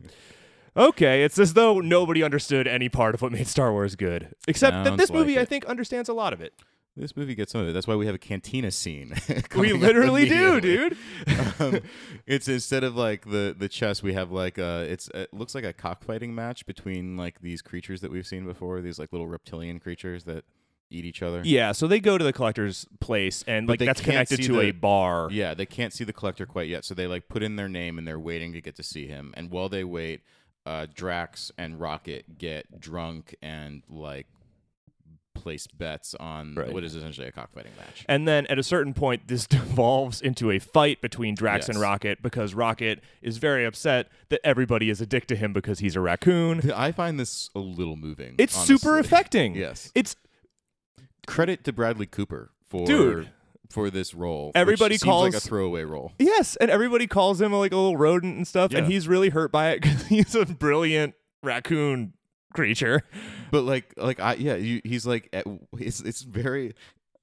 Okay, it's as though nobody understood any part of what made Star Wars good, except that
Sounds
this movie
like
I
it.
think understands a lot of it.
This movie gets some of it. That's why we have a cantina scene.
We
coming up
literally do,
immediately.
dude.
um, it's instead of like the the chess, we have like uh it's it looks like a cockfighting match between like these creatures that we've seen before, these like little reptilian creatures that eat each other.
Yeah, so they go to the collector's place, and
But
like
they
that's
can't
connected
see
to
the-
a bar.
Yeah, they can't see the collector quite yet, so they like put in their name and they're waiting to get to see him. And while they wait, uh, Drax and Rocket get drunk and like place bets on
Right.
what is essentially a cockfighting match.
And then at a certain point, this devolves into a fight between Drax and
Yes.
Rocket because Rocket is very upset that everybody is a dick to him because he's a raccoon.
I find this a little moving.
It's super
honestly.
affecting.
Yes.
It's
Credit to Bradley Cooper for
Dude.
for this role. which
Everybody
seems like a
calls-
throwaway role.
yes, and everybody calls him like a little rodent and stuff, and
Yeah.
he's really hurt by it because he's a brilliant raccoon creature.
But like, like I yeah, you, he's like at, it's it's very.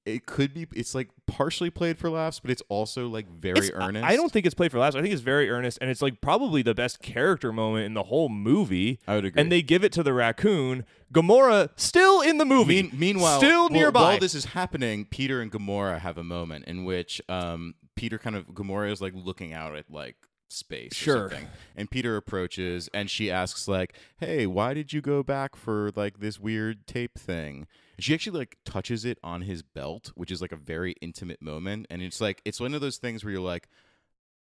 It could be. It's like partially played for laughs, but it's also like very
It's- I-
earnest.
I don't think it's played for laughs. I think it's very earnest, and it's like probably the best character moment in the whole movie.
I would agree.
And they give it to the raccoon. Gamora still in the movie.
Mean, meanwhile,
still
while-
nearby.
While this is happening, Peter and Gamora have a moment in which um, Peter kind of Gamora is like looking out at like space
Sure.
or something, and Peter approaches and she asks like, "Hey, why did you go back for like this weird tape thing?" She actually like touches it on his belt, which is like a very intimate moment, and it's like it's one of those things where you're like.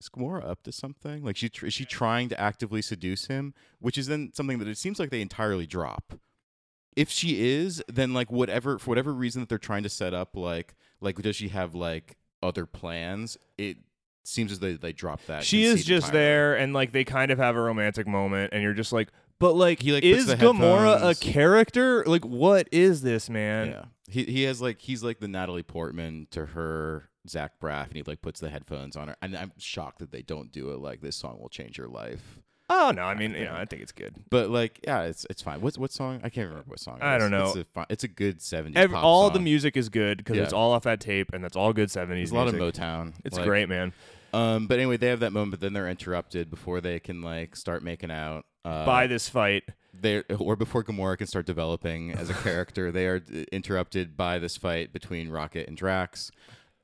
Is Gamora up to something? Like she tr- is she trying to actively seduce him, which is then something that it seems like they entirely drop if she is, then like whatever for whatever reason that they're trying to set up, like like does she have like other plans? It seems as though they drop that.
she is
conceit
just
entirely.
there, and like they kind of have a romantic moment, and you're just like, but like,
He, like, puts
is
the
Gamora a
headphones-
character? Like, what is this man?
Yeah, he he has like he's like the Natalie Portman to her Zach Braff, and he like puts the headphones on her. And I'm shocked that they don't do it. Like this song will change your life,
Oh no, I mean, you know, I think it's good.
but like yeah, it's it's fine. What's what song? I can't remember what song. it
I
is.
don't know.
It's a, fi- it's a good seventies.
Every, all the
music.
music is good because
Yeah.
it's all off that tape, and that's all good seventies.
There's a lot of Motown.
It's
Like,
great, man.
Um, but anyway, they have that moment, but then they're interrupted before they can like start making out. Uh,
By this fight,
they or before Gamora can start developing as a character, they are uh, interrupted by this fight between Rocket and Drax.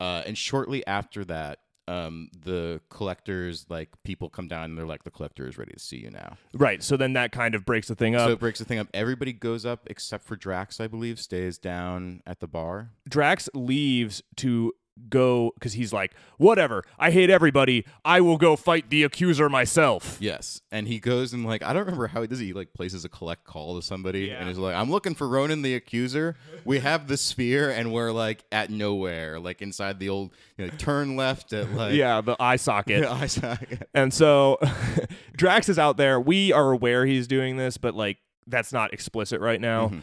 Uh, and shortly after that, um, the collectors like people come down and they're like, "The collector is ready to see you now."
right? So then that kind of breaks the thing up.
so it breaks the thing up. Everybody goes up except for Drax, I believe, stays down at the bar.
Drax leaves to go because he's like, whatever, I hate everybody. I will go fight the accuser myself.
Yes, and he goes and like I don't remember how he does. It. He like places a collect call to somebody,
Yeah.
and he's like, "I'm looking for Ronan the Accuser. We have the sphere, and we're like at nowhere, like inside the old you know, turn left at like
Yeah, the eye socket.
I saw it.
And so Drax is out there. We are aware he's doing this, but like that's not explicit right now.
Mm-hmm.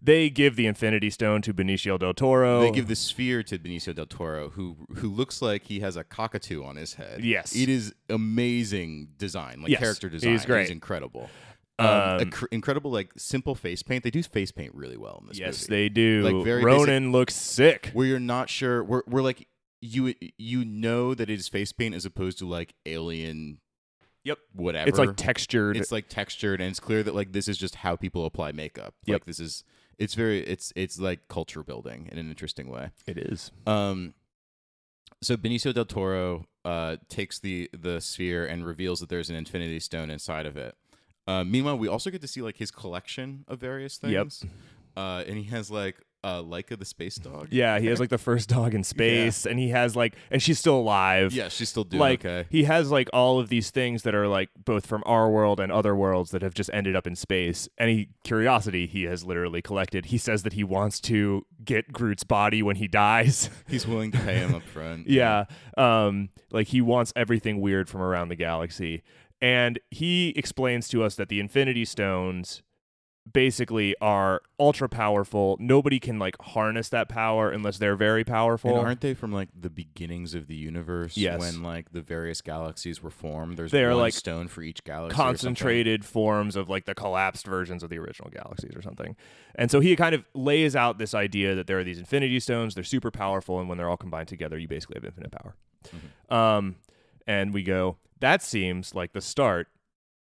They give the Infinity Stone to Benicio del Toro.
They give the sphere to Benicio del Toro, who who looks like he has a cockatoo on his head.
Yes.
it is amazing design, like
Yes,
character design.
he's great.
It's incredible. Um, a cr- incredible, like simple face paint. They do face paint really well in this movie.
yes, they do.
Like, very
Ronan looks sick.
where you're not sure we're, we're like you you know that it is face paint as opposed to like alien
Yep.
whatever
It's like textured.
it's like textured and it's clear that like this is just how people apply makeup
Yep.
like this is it's very it's it's like culture building in an interesting way
it is.
um so benicio del toro uh takes the the sphere and reveals that there's an infinity stone inside of it uh, meanwhile we also get to see like his collection of various
Yep.
things uh and he has like uh Leica the space dog
Yeah, he has like the first dog in space, and he has like, and she's still alive.
yeah she's still doing
like
okay
he has like all of these things that are like both from our world and other worlds that have just ended up in space any curiosity he has literally collected he says that he wants to get groot's body when he dies
He's willing to pay him up front.
yeah um like he wants everything weird from around the galaxy and he explains to us that the infinity stones basically are ultra powerful nobody can like harness that power unless they're very powerful
And aren't they from like the beginnings of the universe?
Yes.
When like the various galaxies were formed, there's
They are,
one
like,
stone for each galaxy. or something?
concentrated forms of like the collapsed versions of the original galaxies or something. And so he kind of lays out this idea that there are these infinity stones, they're super powerful, and when they're all combined together, you basically have infinite power. Um, and we go, that seems like the start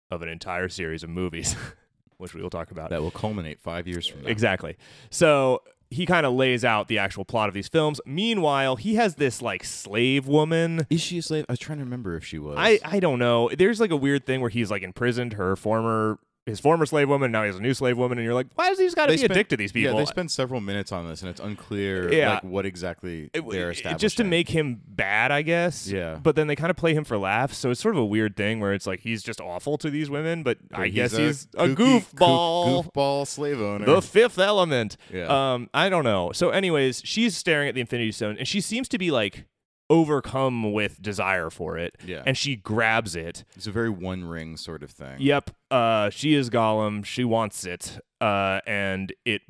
of an entire series of movies, which we will talk about.
That will culminate five years from now.
Exactly. So he kind of lays out the actual plot of these films. Meanwhile, he has this like slave woman.
Is she a slave? I was trying to remember if she was.
I I don't know. There's like a weird thing where he's like imprisoned her former his former slave woman. Now he has a new slave woman, and you're like, why does he got to be
spent-
a dick to these people? Uh,
Yeah, they spend several minutes on this, and it's unclear
Yeah.
like what exactly
It-
they're
it-
establishing.
just to make him bad, I guess.
Yeah.
But then they kind of play him for laughs, so it's sort of a weird thing where it's like he's just awful to these women, but I guess he's a
kooky,
goofball.
goof- goofball slave owner.
The fifth element.
Yeah.
Um, I don't know. So, anyways, she's staring at the Infinity Stone and she seems to be like overcome with desire for it.
Yeah.
And she grabs it.
it's a very One Ring sort of thing.
Yep. Uh, she is Gollum. She wants it. Uh, and it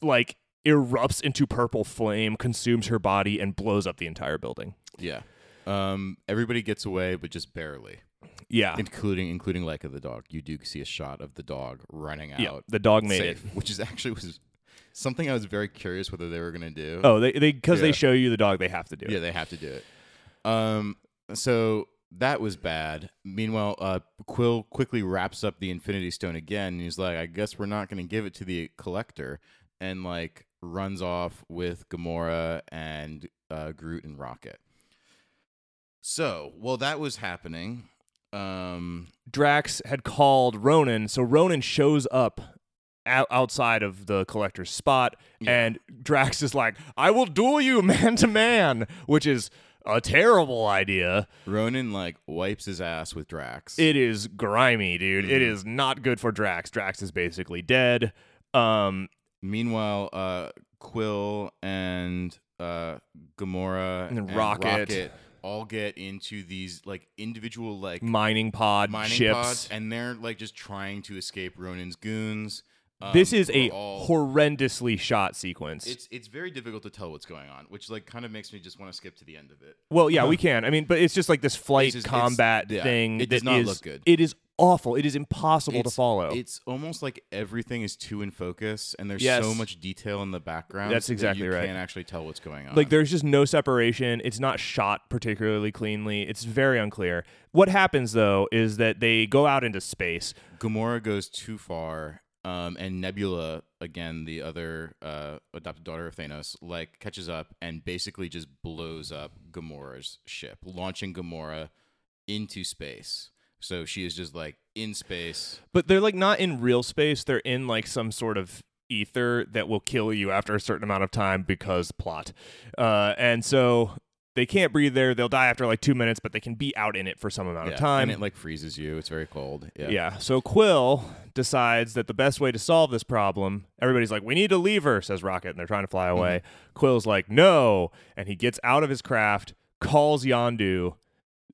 like erupts into purple flame, consumes her body, and blows up the entire building.
yeah. Um, everybody gets away, but just barely,
Yeah.
including including Leica the dog. You do see a shot of the dog running out.
Yeah. The dog made it.
safe, which is actually was something I was very curious whether they were going to do.
Oh, they they because
Yeah.
they show you the dog, they have to do
yeah,
it.
they have to do it. Um, so that was bad. Meanwhile, uh, Quill quickly wraps up the Infinity Stone again, and he's like, "I guess we're not going to give it to the Collector," and like runs off with Gamora and uh, Groot and Rocket. So while that was happening, um,
Drax had called Ronan, so Ronan shows up out- outside of the collector's spot,
Yeah.
and Drax is like, "I will duel you man to man," which is a terrible idea.
Ronan like wipes his ass with Drax.
It is grimy, dude. It
Mm-hmm.
is not good for Drax. Drax is basically dead. Um,
Meanwhile, uh, Quill and uh, Gamora
And Rocket.
all get into these like individual like
mining pod
mining
ships.
pods, and they're like just trying to escape Ronin's goons. Um,
this is
who
a
are all-
horrendously shot sequence.
It's it's very difficult to tell what's going on, which like kind of makes me just want to skip to the end of it.
Well, yeah, we can. I mean, but it's just like this flight
It's just- it's-
combat
yeah,
thing.
it does
that
not
is-
look good.
It is awful. It is impossible to
It's-
follow.
It's almost like everything is too in focus, and there's
Yes.
so much detail in the background.
That's
that
exactly
you
right.
Can't actually tell what's going on.
like there's just no separation. It's not shot particularly cleanly. It's very unclear. What happens though is that they go out into space.
Gamora goes too far, um, and Nebula, again, the other uh, adopted daughter of Thanos, like catches up and basically just blows up Gamora's ship, launching Gamora into space. So she is just like in space.
But they're like not in real space. They're in like some sort of ether that will kill you after a certain amount of time because plot. Uh, and so they can't breathe there. They'll die after like 2 minutes, but they can be out in it for some amount
Yeah,
of time.
and it like freezes you. It's very cold. Yeah,
Yeah. So Quill decides that the best way to solve this problem, everybody's like, we need to leave her, says Rocket, and they're trying to
Mm-hmm.
fly away. Quill's like, no. And he gets out of his craft, calls Yondu,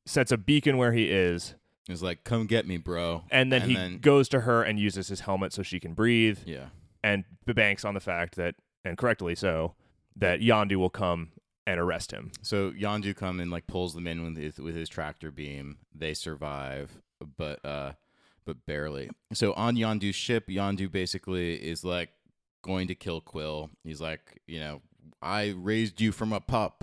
sets a beacon where he is,
it's like come get me, bro.
and then he goes to her and uses his helmet so she can breathe
yeah,
and banks on the fact that, and correctly so, that Yondu will come and arrest him.
so Yondu come and like pulls them in with his, with his tractor beam. They survive, but uh, but barely. So on Yondu's ship, Yondu basically is like going to kill Quill. He's like, you know, I raised you from a pup,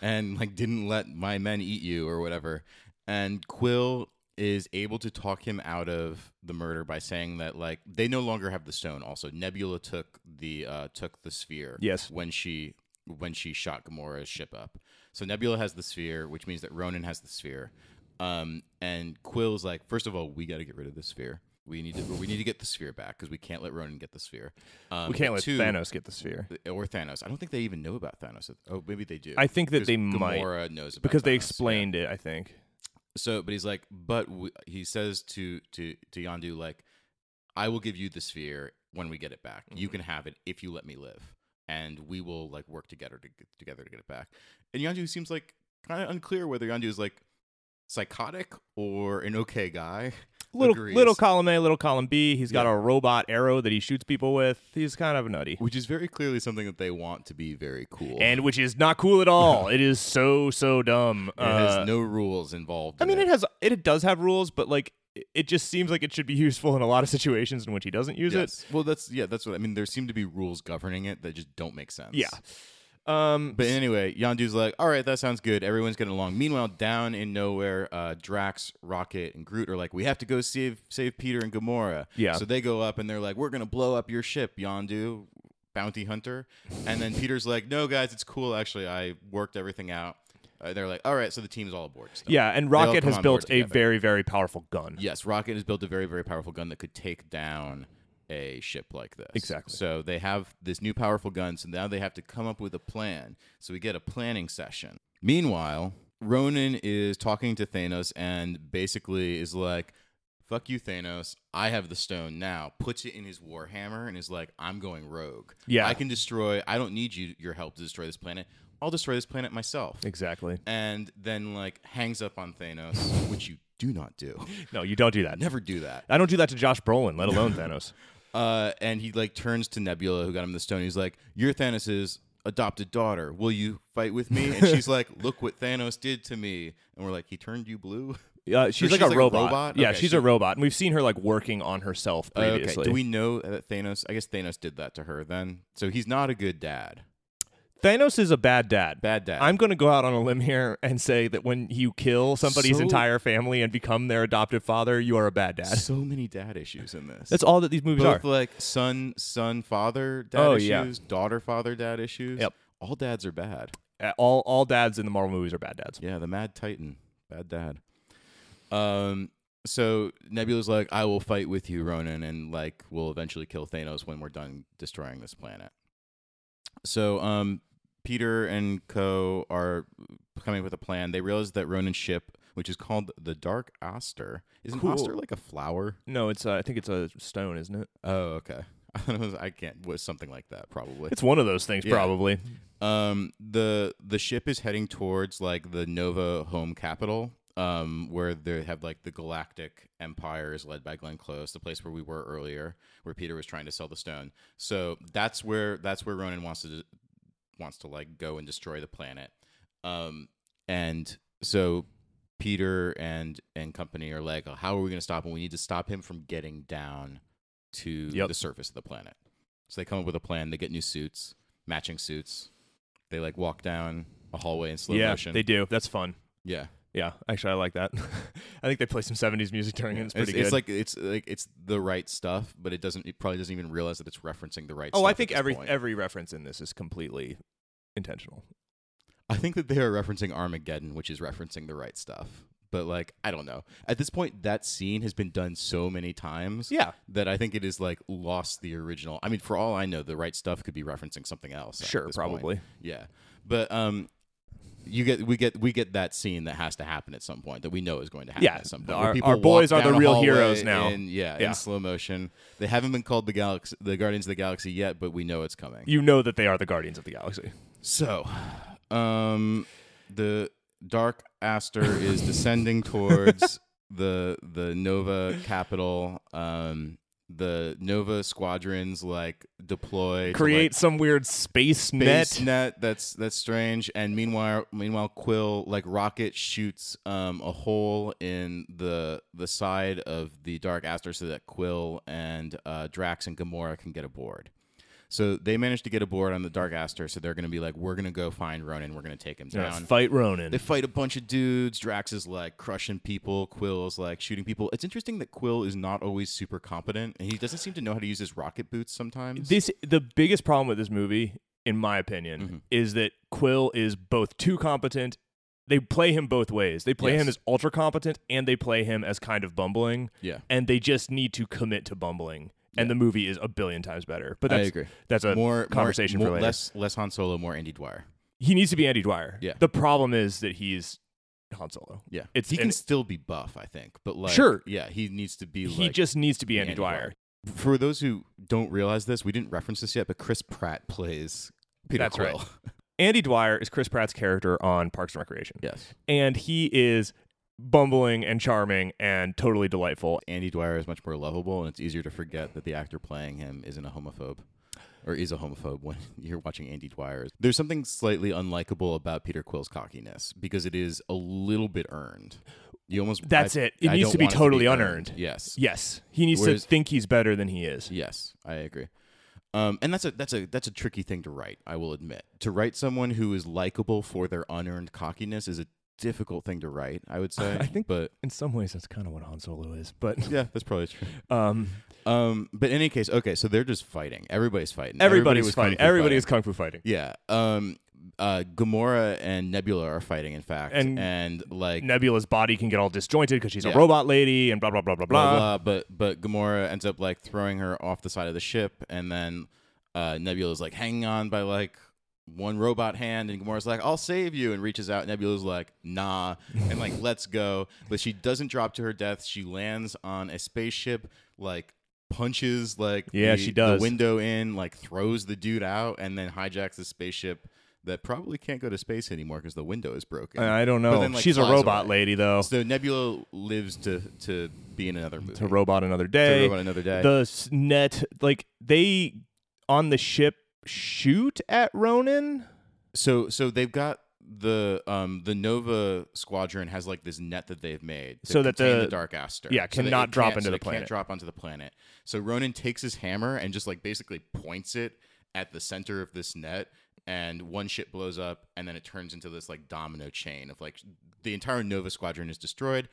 and like didn't let my men eat you or whatever. And Quill is able to talk him out of the murder by saying that like they no longer have the stone. Also, Nebula took the uh, took the sphere.
Yes.
when she when she shot Gamora's ship up. So Nebula has the sphere, which means that Ronan has the sphere. Um, and Quill's like, first of all, we got to get rid of the sphere. We need to we need to get the sphere back because we can't let Ronan get the sphere. Um,
We can't let
two-
Thanos get the sphere.
or Thanos. I don't think they even know about Thanos. Oh, maybe they do.
I think that
'Cause
they might.
Gamora knows about
Because they
Thanos,
explained it, I think.
yeah. So, but he's like, but w he says to to to Yondu like, I will give you the sphere when we get it back.
Mm-hmm.
You can have it if you let me live, and we will like work together to get, together to get it back. And Yondu seems like kind of unclear whether Yondu is like psychotic or an okay guy.
little
Agrees.
little column A, little column B. He's got
Yeah.
a robot arrow that he shoots people with. He's kind of nutty.
which is very clearly something that they want to be very cool.
And which is not cool at all. it is so so dumb.
it has
Uh,
no rules involved.
I
in
mean,
it.
it has it does have rules, but like it- it just seems like it should be useful in a lot of situations in which he doesn't use it.
Yes. Well, that's yeah, that's what I mean. There seem to be rules governing it that just don't make sense.
Yeah. Um,
But anyway, Yondu's like, all right, that sounds good. Everyone's getting along. Meanwhile, down in nowhere, uh, Drax, Rocket, and Groot are like, we have to go save save Peter and Gamora.
Yeah.
So they go up and they're like, we're gonna blow up your ship, Yondu. bounty hunter. And then Peter's like, no, guys, it's cool. Actually, I worked everything out. Uh, they're like, all right, so the team's all aboard. So-
Yeah, and
They all
Rocket
come
has
on
built
board
a
together.
very, very powerful gun.
Yes, Rocket has built a very, very powerful gun that could take down a ship like this.
Exactly.
So they have this new powerful gun, so now they have to come up with a plan. So we get a planning session. Meanwhile, Ronan is talking to Thanos and basically is like, Fuck you, Thanos. I have the stone now. Puts it in his warhammer and is like, I'm going rogue.
Yeah.
I can destroy I don't need you your help to destroy this planet. I'll destroy this planet myself.
Exactly.
And then like hangs up on Thanos, which you do not do.
No, you don't do that.
Never do that.
I don't do that to Josh Brolin, let alone Thanos.
Uh, and he like turns to Nebula, who got him the stone. He's like, "You're Thanos' adopted daughter. Will you fight with me?" And she's like, "Look what Thanos did to me." And we're like, "He turned you blue."
Uh, she's,
she's
like,
like
a
a
robot.
robot?
Yeah,
Okay,
she's
so-
a robot, and we've seen her like working on herself previously.
Do we know that Thanos? I guess Thanos did that to her then. So he's not a good dad.
Thanos is a bad dad.
Bad dad.
I'm going to go out on a limb here and say that when you kill somebody's
So-
entire family and become their adoptive father, you are a bad dad.
so many dad issues in this.
That's all that these movies
both
are.
like son, son, father, dad
Oh, yeah.
issues, daughter, father, dad issues.
Yep.
All dads are bad.
Uh, All all dads in the Marvel movies are bad dads.
Yeah, the Mad Titan, bad dad. Um, so Nebula's like, I will fight with you, Ronan, and like we'll eventually kill Thanos when we're done destroying this planet. So, um, Peter and Co are coming up with a plan. They realize that Ronan's ship, which is called the Dark Oster, isn't
Cool.
Oster like a flower?
No, it's uh, I think it's a stone, isn't it?
Oh, okay. I thought it was- I can't was something like that probably.
It's one of those things,
Yeah.
probably.
Um, the the ship is heading towards like the Nova home capital, um, where they have like the Galactic Empire is led by Glenn Close, the place where we were earlier, where Peter was trying to sell the stone. So that's where that's where Ronan wants to wants to like go and destroy the planet. Um, and so Peter and and company are like, "Oh, how are we going to stop him? We need to stop him from getting down to
Yep.
the surface of the planet. So they come up with a plan. They get new suits, matching suits. They like walk down a hallway in slow
yeah,
motion.
they do. That's fun.
yeah,
Yeah, actually, I like that. I think they play some '70s music during it. It's pretty good.
it's like it's like it's the right stuff, but it doesn't. It probably doesn't even realize that it's referencing the right.
oh,
stuff
I
at
think
this
every
point.
every reference in this is completely intentional.
I think that they are referencing Armageddon, which is referencing the right stuff. But like, I don't know. At this point, that scene has been done so many times
Yeah,
that I think it is like lost the original. I mean, for all I know, the right stuff could be referencing something else. at
sure,
this point.
probably.
Yeah, but um, you get we get we get that scene that has to happen at some point that we know is going to happen
Yeah,
at some
the-
point.
our-
where people
our boys
walk
are the
down a
real
hallway
heroes now.
In, yeah,
Yeah.
in slow motion. They haven't been called the galaxy, the Guardians of the Galaxy yet, but we know it's coming.
You know that they are the Guardians of the Galaxy.
So, um, the Dark Aster is descending towards the the Nova capital. Um, the Nova squadrons like deploy to,
Create some weird space,
like,
net.
space net. That's that's strange. And meanwhile, meanwhile, Quill like rocket shoots um a hole in the the side of the Dark Aster so that Quill and uh, Drax and Gamora can get aboard. So they managed to get aboard on the Dark Aster, so they're going to be like, we're going to go find Ronan, we're going to take him
Yeah,
down.
fight Ronan.
They fight a bunch of dudes. Drax is like crushing people. Quill's like shooting people. It's interesting that Quill is not always super competent, and he doesn't seem to know how to use his rocket boots sometimes.
this the biggest problem with this movie, in my opinion,
Mm-hmm.
is that Quill is both too competent. They play him both ways. They play him
Yes.
as ultra competent, and they play him as kind of bumbling.
yeah,
And they just need to commit to bumbling. And
Yeah.
the movie is a billion times better. But
I
that's,
agree.
That's a
more
conversation
more,
for
more-
later.
Less less Han Solo, more Andy Dwyer.
He needs to be Andy Dwyer.
Yeah.
The problem is that he's Han Solo.
Yeah,
It's-
he
and-
can still be buff, I think, but like
Sure.
yeah, he needs to be.
He
like,
just needs to be Andy,
Andy
Dwyer.
Dwyer. for those who don't realize this, we didn't reference this yet, but Chris Pratt plays Peter
That's
Quill.
Andy Dwyer is Chris Pratt's character on Parks and Recreation.
Yes,
And he is bumbling and charming and totally delightful.
Andy Dwyer is much more lovable, and it's easier to forget that the actor playing him isn't a homophobe or is a homophobe when you're watching Andy Dwyer. There's something slightly unlikable about Peter Quill's cockiness because it is a little bit earned. You almost
That's it. It
I
needs
don't
to be
want
totally
earned.
unearned.
Yes.
Yes. He needs
Whereas-
to think he's better than he is.
Yes, I agree. Um, and that's a that's a that's a tricky thing to write. I will admit to write someone who is likable for their unearned cockiness is a difficult thing to write, I would say.
I think-
but
In some ways, that's kind of what Han Solo is, but
yeah, that's probably true.
um,
Um, but in any case, okay, so they're just fighting. Everybody's fighting.
everybody
Everybody
was
kung
fighting.
fu
Everybody was kung fu fighting.
Yeah. Um. Uh. Gamora and Nebula are fighting. In fact,
And
and, like
Nebula's body can get all disjointed because she's
Yeah.
a robot lady and blah blah blah blah
blah,
blah.
blah, But but Gamora ends up like throwing her off the side of the ship, and then uh, Nebula's like hanging on by like one robot hand, and Gamora's like, "I'll save you," and reaches out. Nebula's like, "Nah," and like lets go, but she doesn't drop to her death. She lands on a spaceship, like punches like
Yeah,
the-
she does.
the window in, like throws the dude out, and then hijacks the spaceship. That probably can't go to space anymore because the window is broken.
I don't
But
know.
then, like,
she's a
flies
robot
away.
lady though.
So Nebula lives to to be in another movie.
to robot another
To
day.
Robot Another Day.
The s- net, like they on the ship shoot at Ronan.
so so they've got the um the Nova squadron has like this net that they've made to
So that
contain the,
the-
Dark Aster
yeah,
So that
cannot
it
drop
can't- so
into the
it
planet.
Can't drop onto the planet. So Ronan takes his hammer and just like basically points it at the center of this net. And one ship blows up, and then it turns into this like domino chain of like the entire Nova squadron is destroyed.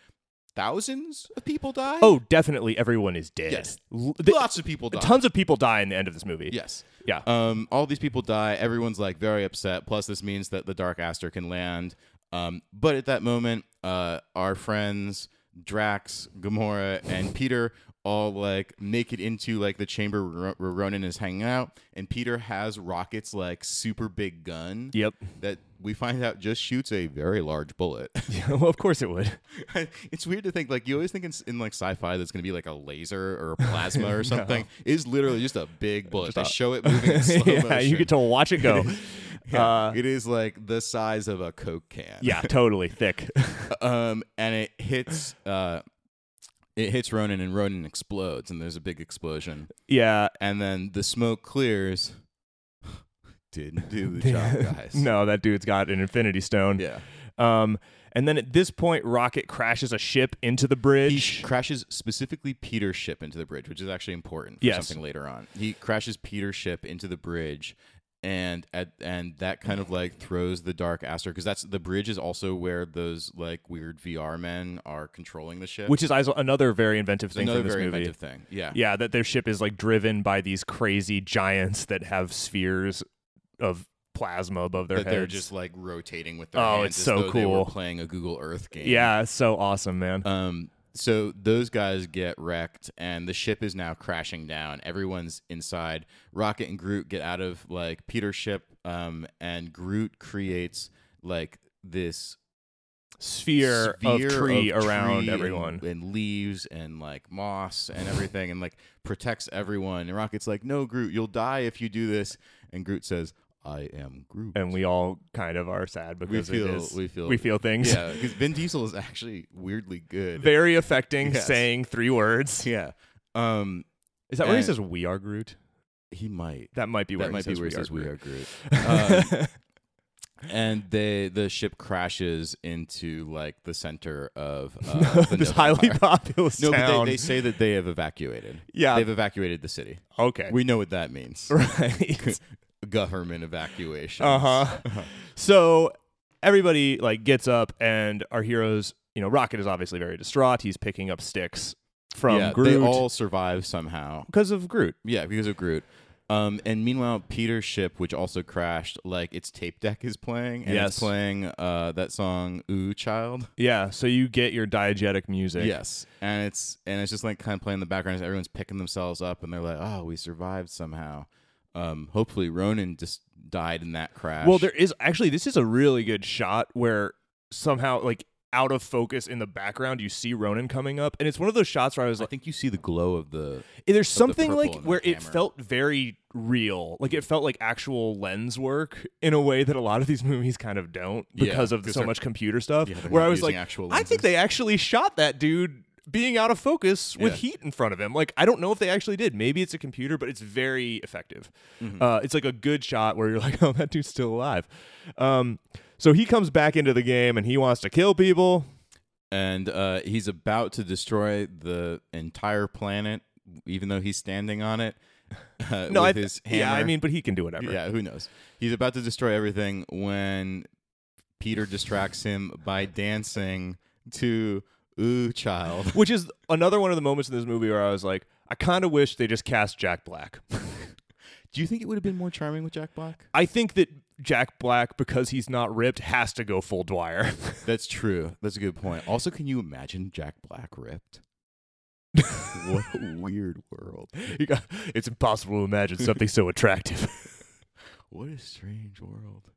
Thousands of people die.
Oh, definitely everyone is dead.
Yes.
L- the-
lots of people die.
tons of people die in the end of this movie.
Yes.
Yeah.
Um, all these people die. Everyone's like very upset. Plus, this means that the Dark Aster can land. Um, but at that moment, uh, our friends Drax, Gamora, and Peter all like make it into like the chamber where Ro- where Ronan is hanging out, and Peter has Rocket's like super big gun.
Yep.
That we find out just shoots a very large bullet.
Yeah, well, of course it would.
it's weird to think like you always think in, s- in like sci-fi that's gonna be like a laser or a plasma or something. It's literally just a big bullet. they show it moving in slow
yeah,
motion.
you get to watch it go. Uh,
it is like the size of a coke can.
yeah, totally thick.
Um, and it hits. Uh, it hits Ronan, and Ronan explodes, and there's a big explosion,
Yeah.
and then the smoke clears. Didn't do the job, guys.
No, that dude's got an infinity stone.
Yeah.
Um, and then at this point, Rocket crashes a ship into the bridge.
He sh- crashes specifically Peter's ship into the bridge, which is actually important for
Yes.
something later on. He crashes Peter's ship into the bridge, and at and that kind of like throws the Dark Aster because that's the bridge is also where those like weird VR men are controlling the ship,
which is also another very inventive thing
another
from this
very
movie.
inventive thing. Yeah,
Yeah, that their ship is like driven by these crazy giants that have spheres of plasma above their
that
heads.
they're just like rotating with their
Oh,
hands
it's
as
so
though they were
cool.
playing a Google Earth game.
yeah, it's so awesome, man.
Um, so those guys get wrecked, and the ship is now crashing down. Everyone's inside. Rocket and Groot get out of like Peter's ship, um, and Groot creates like this
sphere,
sphere
of tree around
tree and-
everyone.
and, leaves and like moss and everything, and like protects everyone. And Rocket's like, "No, Groot, you'll die if you do this." And Groot says, "I am Groot."
And we all kind of are sad
we
because
feel,
it is,
we feel,
we feel things.
yeah, because Vin Diesel is actually weirdly good.
Very affecting
Yes.
saying three words.
yeah. Um,
Is that where he
And-
says we are Groot?
he might.
That might be where
that might
he
be where it
says
says we
Groot.
are Groot. Um, and they the ship crashes into like the center of uh, the
this
Nova
highly
Empire.
populous
No, but
town.
they, they say that they have evacuated.
yeah.
They've evacuated the city.
Okay.
We know what that means.
right.
Government evacuation.
Uh huh. so everybody like gets up, and our heroes, you know, Rocket is obviously very distraught. He's picking up sticks from
yeah,
Um, Groot
They all survive somehow.
because of Groot.
Yeah, because of Groot. Um, and meanwhile, Peter's ship, which also crashed, like its tape deck is playing, and
Yes.
it's playing uh, that song "Ooh Child."
Yeah. So you get your diegetic music.
Yes, and it's and it's just like kind of playing in the background as everyone's picking themselves up, and they're like, "Oh, we survived somehow." Um, hopefully, Ronan just died in that crash.
Well, there is actually this is a really good shot where somehow like out of focus in the background you see Ronan coming up, and it's one of those shots where I was
I
like,
think you see the glow of the.
there's
the
something
purple
like
and the
where it
hammer.
felt very real, like it felt like actual lens work in a way that a lot of these movies kind of don't
Yeah,
because of
'cause
so
they're-
much computer stuff.
Yeah, they're
where
not
I was
using
like,
actual
I think
lenses.
they actually shot that dude being out of focus with
Yeah.
heat in front of him. Like I don't know if they actually did. Maybe it's a computer, but it's very effective.
Mm-hmm.
Uh, it's like a good shot where you're like, oh, that dude's still alive. Um, so he comes back into the game and he wants to kill people.
And uh, he's about to destroy the entire planet, even though he's standing on it. Uh,
No,
with
I
his hammer.
yeah, I mean, but he can do whatever.
yeah, who knows? He's about to destroy everything when Peter distracts him by dancing to Ooh Child.
Which is another one of the moments in this movie where I was like, I kind of wish they just cast Jack Black.
Do you think it would have been more charming with Jack Black?
I think that Jack Black, because he's not ripped, has to go full Dwyer.
That's true. That's a good point. Also, can you imagine Jack Black ripped? what a weird world.
You got- it's impossible to imagine something so attractive.
What a strange world.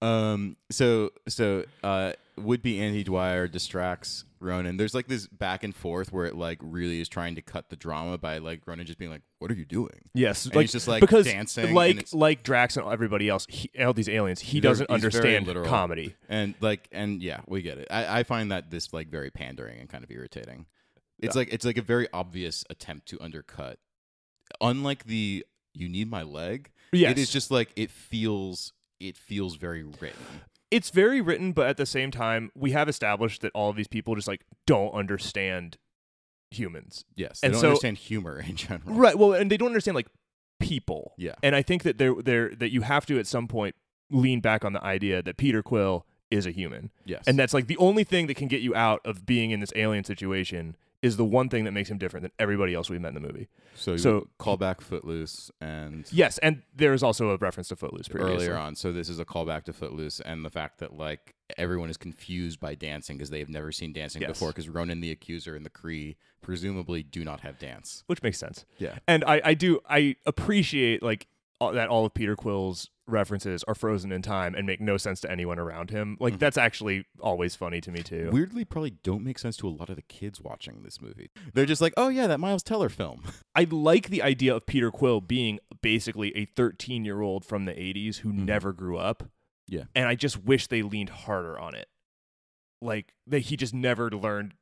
Um. So so uh, would be Andy Dwyer distracts Ronan. There's like this back and forth where it like really is trying to cut the drama by like Ronan just being like, "What are you doing?"
Yes,
And
like
he's just, like,
because
dancing and
like
it's-
like Drax and everybody else, he, all these aliens, he
They're-
doesn't
he's very
understand
literal.
comedy.
And like and yeah, we get it. I, I find that this like very pandering and kind of irritating. It's like it's like a very obvious attempt to undercut. Unlike the "You need my leg,"
Yes.
it is just like it feels it feels very written.
It's very written, but at the same time, we have established that all of these people just like don't understand humans.
Yes, they
And
don't
so-
understand humor in general.
Right. Well, and they don't understand like people.
Yeah.
And I think that there there that you have to at some point lean back on the idea that Peter Quill is a human.
Yes,
And that's like the only thing that can get you out of being in this alien situation is the one thing that makes him different than everybody else we've met in the movie.
so
so-
so call back Footloose and
Yes, and there is also a reference to Footloose previously.
earlier on. So this is a callback to Footloose and the fact that like everyone is confused by dancing because they have never seen dancing
Yes.
before because Ronan the Accuser and the Kree presumably do not have dance.
which makes sense.
Yeah.
And I, I do I appreciate like all, that all of Peter Quill's references are frozen in time and make no sense to anyone around him.
Mm-hmm.
Like that's actually always funny to me too.
Weirdly, probably don't make sense to a lot of the kids watching this movie. They're just like, oh yeah, that Miles Teller film.
I like the idea of Peter Quill being basically a 13 year old from the 80s who never grew up.
Mm-hmm. Yeah.
And I just wish they leaned harder on it. Like that he just never learned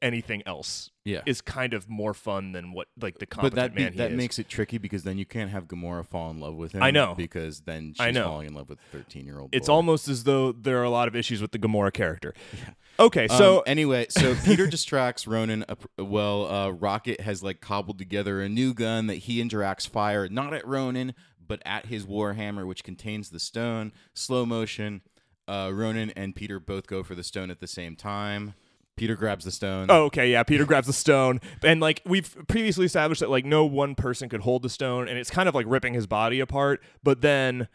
anything else
Yeah.
is kind of more fun than what like the
but
competent
that be-
man he
that
is.
makes it tricky because then you can't have Gamora fall in love with him.
I know.
because then she's
I know.
falling in love with a thirteen-year-old.
it's
boy.
almost as though there are a lot of issues with the Gamora character. Okay,
Um,
so
anyway, so Peter distracts Ronan. up- Well, uh, Rocket has like cobbled together a new gun that he interacts fire not at Ronan but at his warhammer, which contains the stone. Slow motion. Uh, Ronan and Peter both go for the stone at the same time. Peter grabs the stone.
Oh, okay, yeah. Peter grabs the stone, and like we've previously established that like no one person could hold the stone, and it's kind of like ripping his body apart. But then,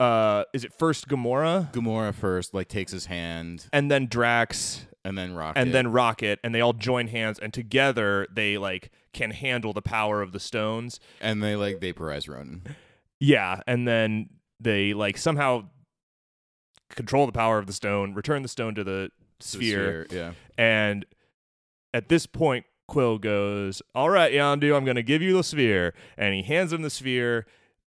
uh, is it first Gamora,
Gamora first, like takes his hand,
and then Drax,
and then Rocket,
and then Rocket, and they all join hands, and together they like can handle the power of the stones.
and they like vaporize Ronan.
Yeah, and then they like somehow control the power of the stone, return the stone to the sphere,
yeah.
And at this point, Quill goes, All right, Yandu, I'm going to give you the sphere. And he hands him the sphere.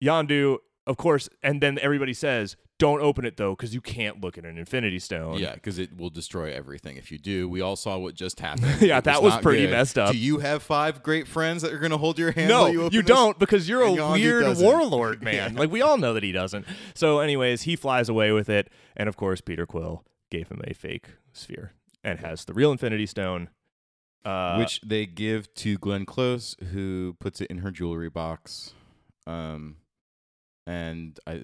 Yandu, of course, and then everybody says, Don't open it though, because you can't look at an infinity stone.
Yeah, because it will destroy everything if you do. We all saw what just happened.
Yeah,
It
that was
not
pretty
good.
messed up.
Do you have five great friends that are going to hold your hand?
No,
while you,
you,
open this?
don't because you're a
And Yondu
weird
doesn't.
warlord, man. Like we all know that he doesn't. So, anyways, he flies away with it, and of course, Peter Quill gave him a fake sphere and has the real Infinity Stone, uh,
Which they give to Glenn Close, who puts it in her jewelry box. Um, and I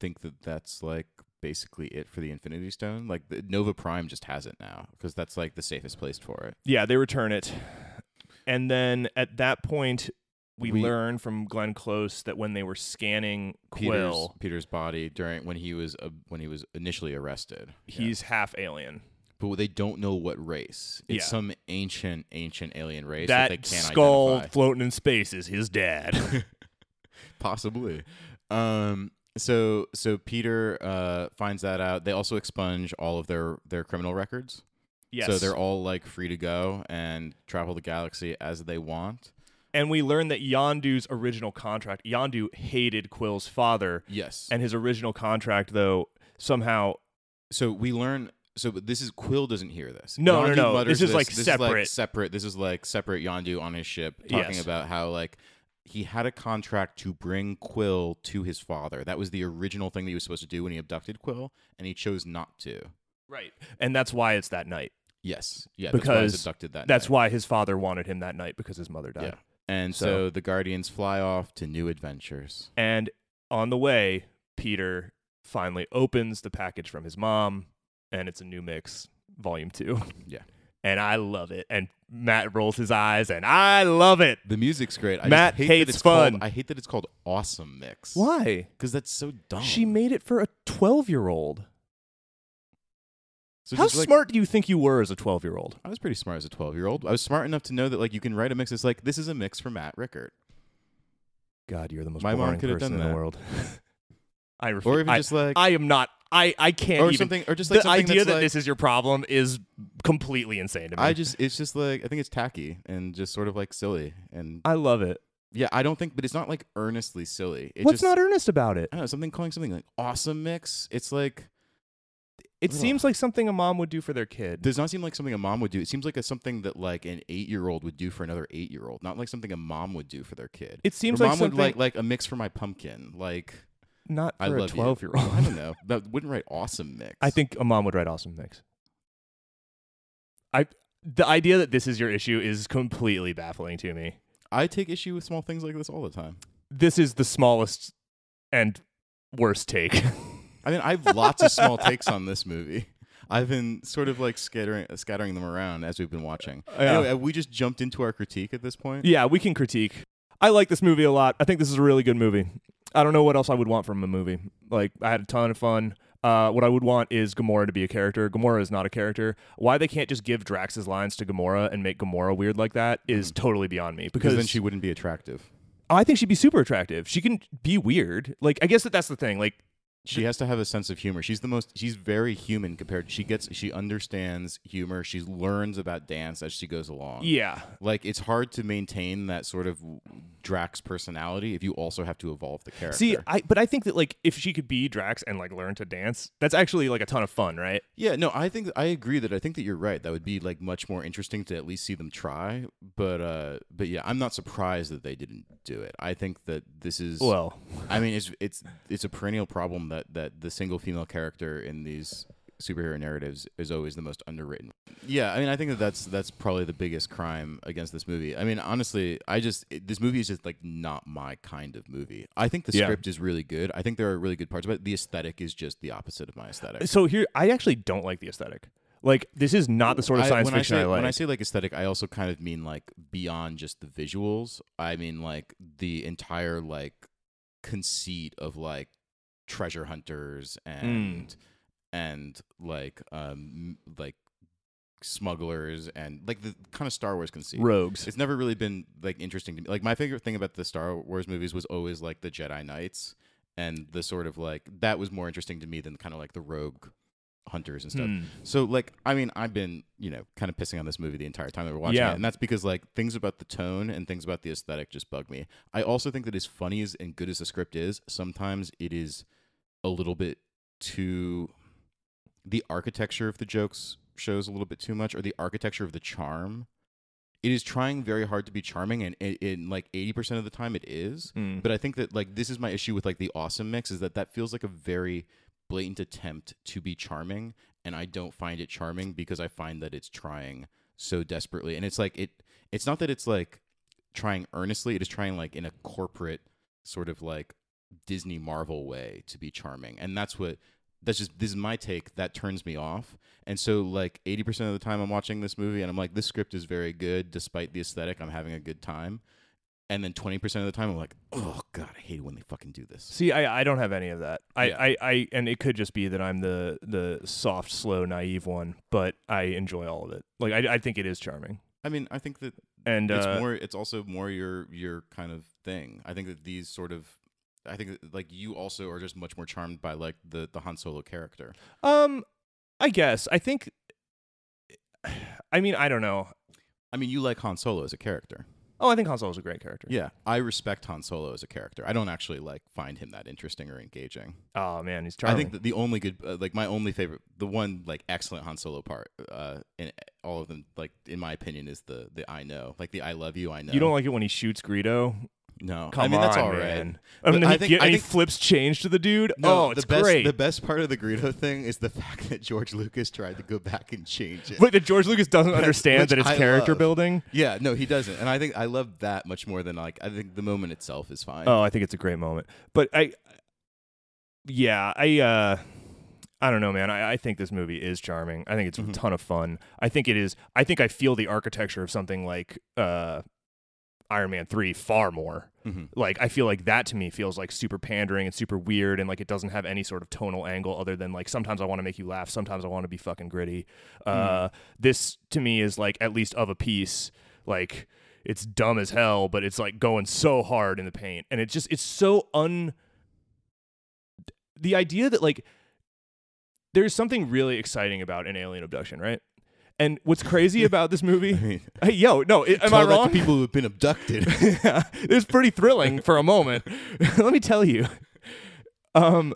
think that that's like basically it for the Infinity Stone. Like the, Nova Prime just has it now because that's like the safest place for it.
Yeah, they return it. And then at that point, we,
We-
learn from Glenn Close that when they were scanning
Peter's,
Quill,
Peter's body during when he was uh, when he was initially arrested. Yeah.
he's half alien.
but they don't know what race. It's
Yeah.
some ancient, ancient alien race that,
that
they can't
skull
identify.
floating in space is his dad.
Possibly. Um. So so Peter uh finds that out. They also expunge all of their their criminal records.
yes.
So they're all like free to go and travel the galaxy as they want.
and we learn that Yandu's original contract, Yandu hated Quill's father,
Yes.
and his original contract, though, somehow
so we learn. So but this is Quill doesn't hear this.
No, no,
Yondu
no.
mutters
This is, like, separate.
separate. This is like separate. Yondu on his ship talking
Yes.
about how like he had a contract to bring Quill to his father. That was the original thing that he was supposed to do when he abducted Quill, and he chose not to.
Right. And that's why it's that night.
Yes, yeah, that's why he was
Because
abducted that.
That's
night.
why his father wanted him that night because his mother died.
Yeah. And so,
So-
the Guardians fly off to new adventures.
And on the way, Peter finally opens the package from his mom, and it's a new mix, volume two.
Yeah.
And I love it. And Matt rolls his eyes, and I love it.
The music's great. I
Matt
just hate
hates
that it's called-
fun.
I hate that it's called Awesome Mix.
Why?
Because that's so dumb.
She made it for a 12 year old.
So
How
just, like-
smart do you think you were as a 12 year old?
I was pretty smart as a 12 year old. I was smart enough to know that like you can write a mix. It's like this is a mix for Matt Rickard,
God, you're the most
My mom
boring
could have
person
done
in the
that.
world. I refuse.
or even
I,
just like
I am not. I, I can't
or
even.
something, or just like
the
something
idea
that's
that
like,
this is your problem is completely insane to me.
I just it's just like I think it's tacky and just sort of like silly and
I love it.
yeah I don't think but it's not like earnestly silly. It
What's
just,
not earnest about it?
I don't know something calling something like awesome mix. It's like
It
Ugh.
seems like something a mom would do for their kid.
does not seem like something a mom would do. It seems like a something that like an eight year old would do for another eight year old, not like something a mom would do for their kid.
It seems
Or
like
mom
something
would like like a mix for my pumpkin. Like
not
I
for a
love you.
twelve year
I don't
old.
know that wouldn't write awesome mix.
I think a mom would write awesome mix. I the idea that this is your issue is completely baffling to me.
I take issue with small things like this all the time.
This is the smallest and worst take.
I mean, I have lots of small takes on this movie. I've been sort of like scattering scattering them around as we've been watching.
Yeah.
Anyway, have we just jumped into our critique at this point?
yeah, we can critique. I like this movie a lot. I think this is a really good movie. I don't know what else I would want from a movie. Like I had a ton of fun. Uh, what I would want is Gamora to be a character. Gamora is not a character. Why they can't just give Drax's lines to Gamora and make Gamora weird like that is totally beyond me.
Mm-hmm. Because then she wouldn't be attractive.
I think she'd be super attractive. She can be weird. Like I guess that that's the thing. Like
She has to have a sense of humor. She's the most she's very human compared she gets she understands humor. She learns about dance as she goes along.
yeah,
Like it's hard to maintain that sort of Drax personality if you also have to evolve the character.
See, I but I think that like if she could be Drax and like learn to dance, that's actually like a ton of fun, right?
Yeah, no, I think I agree that I think that you're right. That would be like much more interesting to at least see them try. But uh but yeah, I'm not surprised that they didn't do it. I think that this is
Well,
I mean it's it's it's a perennial problem that that the single female character in these superhero narratives is always the most underwritten. Yeah, I mean I think that that's that's probably the biggest crime against this movie. I mean honestly, I just it- this movie is just like not my kind of movie. I think the
Yeah.
script is really good. I think there are really good parts about it. The aesthetic is just the opposite of my aesthetic.
so here I actually don't like the aesthetic. Like this is not the sort of
I-
science
when
fiction
I
I,
say,
like.
When I say like aesthetic, I also kind of mean like beyond just the visuals. I mean like the entire like conceit of like treasure hunters
Hmm.
and and like um m- like smugglers and like the kind of Star Wars conceit.
Rogues.
It's never really been like interesting to me. Like my favorite thing about the Star Wars movies was always like the Jedi Knights and the sort of like that was more interesting to me than kind of like the rogue hunters and stuff.
Hmm.
So like I mean I've been you know kind of pissing on this movie the entire time that we're watching
Yeah.
it, and that's because like things about the tone and things about the aesthetic just bug me. I also think that as funny as and good as the script is, sometimes it is a little bit too. The architecture of the jokes shows a little bit too much, or the architecture of the charm. It is trying very hard to be charming, and in, in like eighty percent of the time it is.
Hmm.
But I think that like this is my issue with like the awesome mix is that that feels like a very blatant attempt to be charming, and I don't find it charming because I find that it's trying so desperately, and it's like it. It's not that it's like trying earnestly; it is trying like in a corporate sort of like Disney Marvel way to be charming, and that's what that's just this is my take that turns me off. And so like 80% of the time I'm watching this movie and I'm like this script is very good despite the aesthetic, I'm having a good time. And then 20% of the time I'm like, "Oh god, I hate it when they fucking do this."
See, I, I don't have any of that. I,
Yeah.
I, I and it could just be that I'm the the soft, slow, naive one, but I enjoy all of it. Like I, I think it is charming.
I mean, I think that
And
it's
uh,
more it's also more your your kind of thing. I think that these sort of I think that, like you also are just much more charmed by like the the Han Solo character.
um I guess. I think I mean, I don't know.
I mean, you like Han Solo as a character.
Oh, I think Han Solo's a great character.
Yeah, I respect Han Solo as a character. I don't actually like find him that interesting or engaging.
Oh man, he's charming.
I think that the only good, uh, like my only favorite, the one like excellent Han Solo part uh, in all of them, like in my opinion, is the the I know, like the I love you, I know.
you don't like it when he shoots Greedo.
no,
Come
I mean
on,
that's all right.
man.
But
And then
I
he,
think-
gi-
I
and he
think-
flips change to the dude.
No,
oh, it's
the best,
great.
The best part of the Greedo thing is the fact that George Lucas tried to go back and change it.
but that George Lucas doesn't understand
which
that it's
I
character
love.
building.
yeah, no, he doesn't, and I think I love that much more than like I think the moment itself is fine.
Oh, I think it's a great moment. But I yeah, I uh I don't know, man. I, I think this movie is charming. I think it's
Mm-hmm.
a ton of fun. I think it is I think I feel the architecture of something like uh Iron Man 3 far more.
Mhm.
Like I feel like that to me feels like super pandering and super weird and like it doesn't have any sort of tonal angle other than like sometimes I want to make you laugh, sometimes I want to be fucking gritty.
Mm.
Uh this to me is like at least of a piece like it's dumb as hell, but it's like going so hard in the paint and it's just it's so un the idea that like there's something really exciting about an alien abduction, right? And what's crazy about this movie?
mean,
hey, yo, no, i- am I
Tell that to
wrong?
people who've been abducted.
yeah, it's pretty thrilling for a moment. Let me tell you. Um,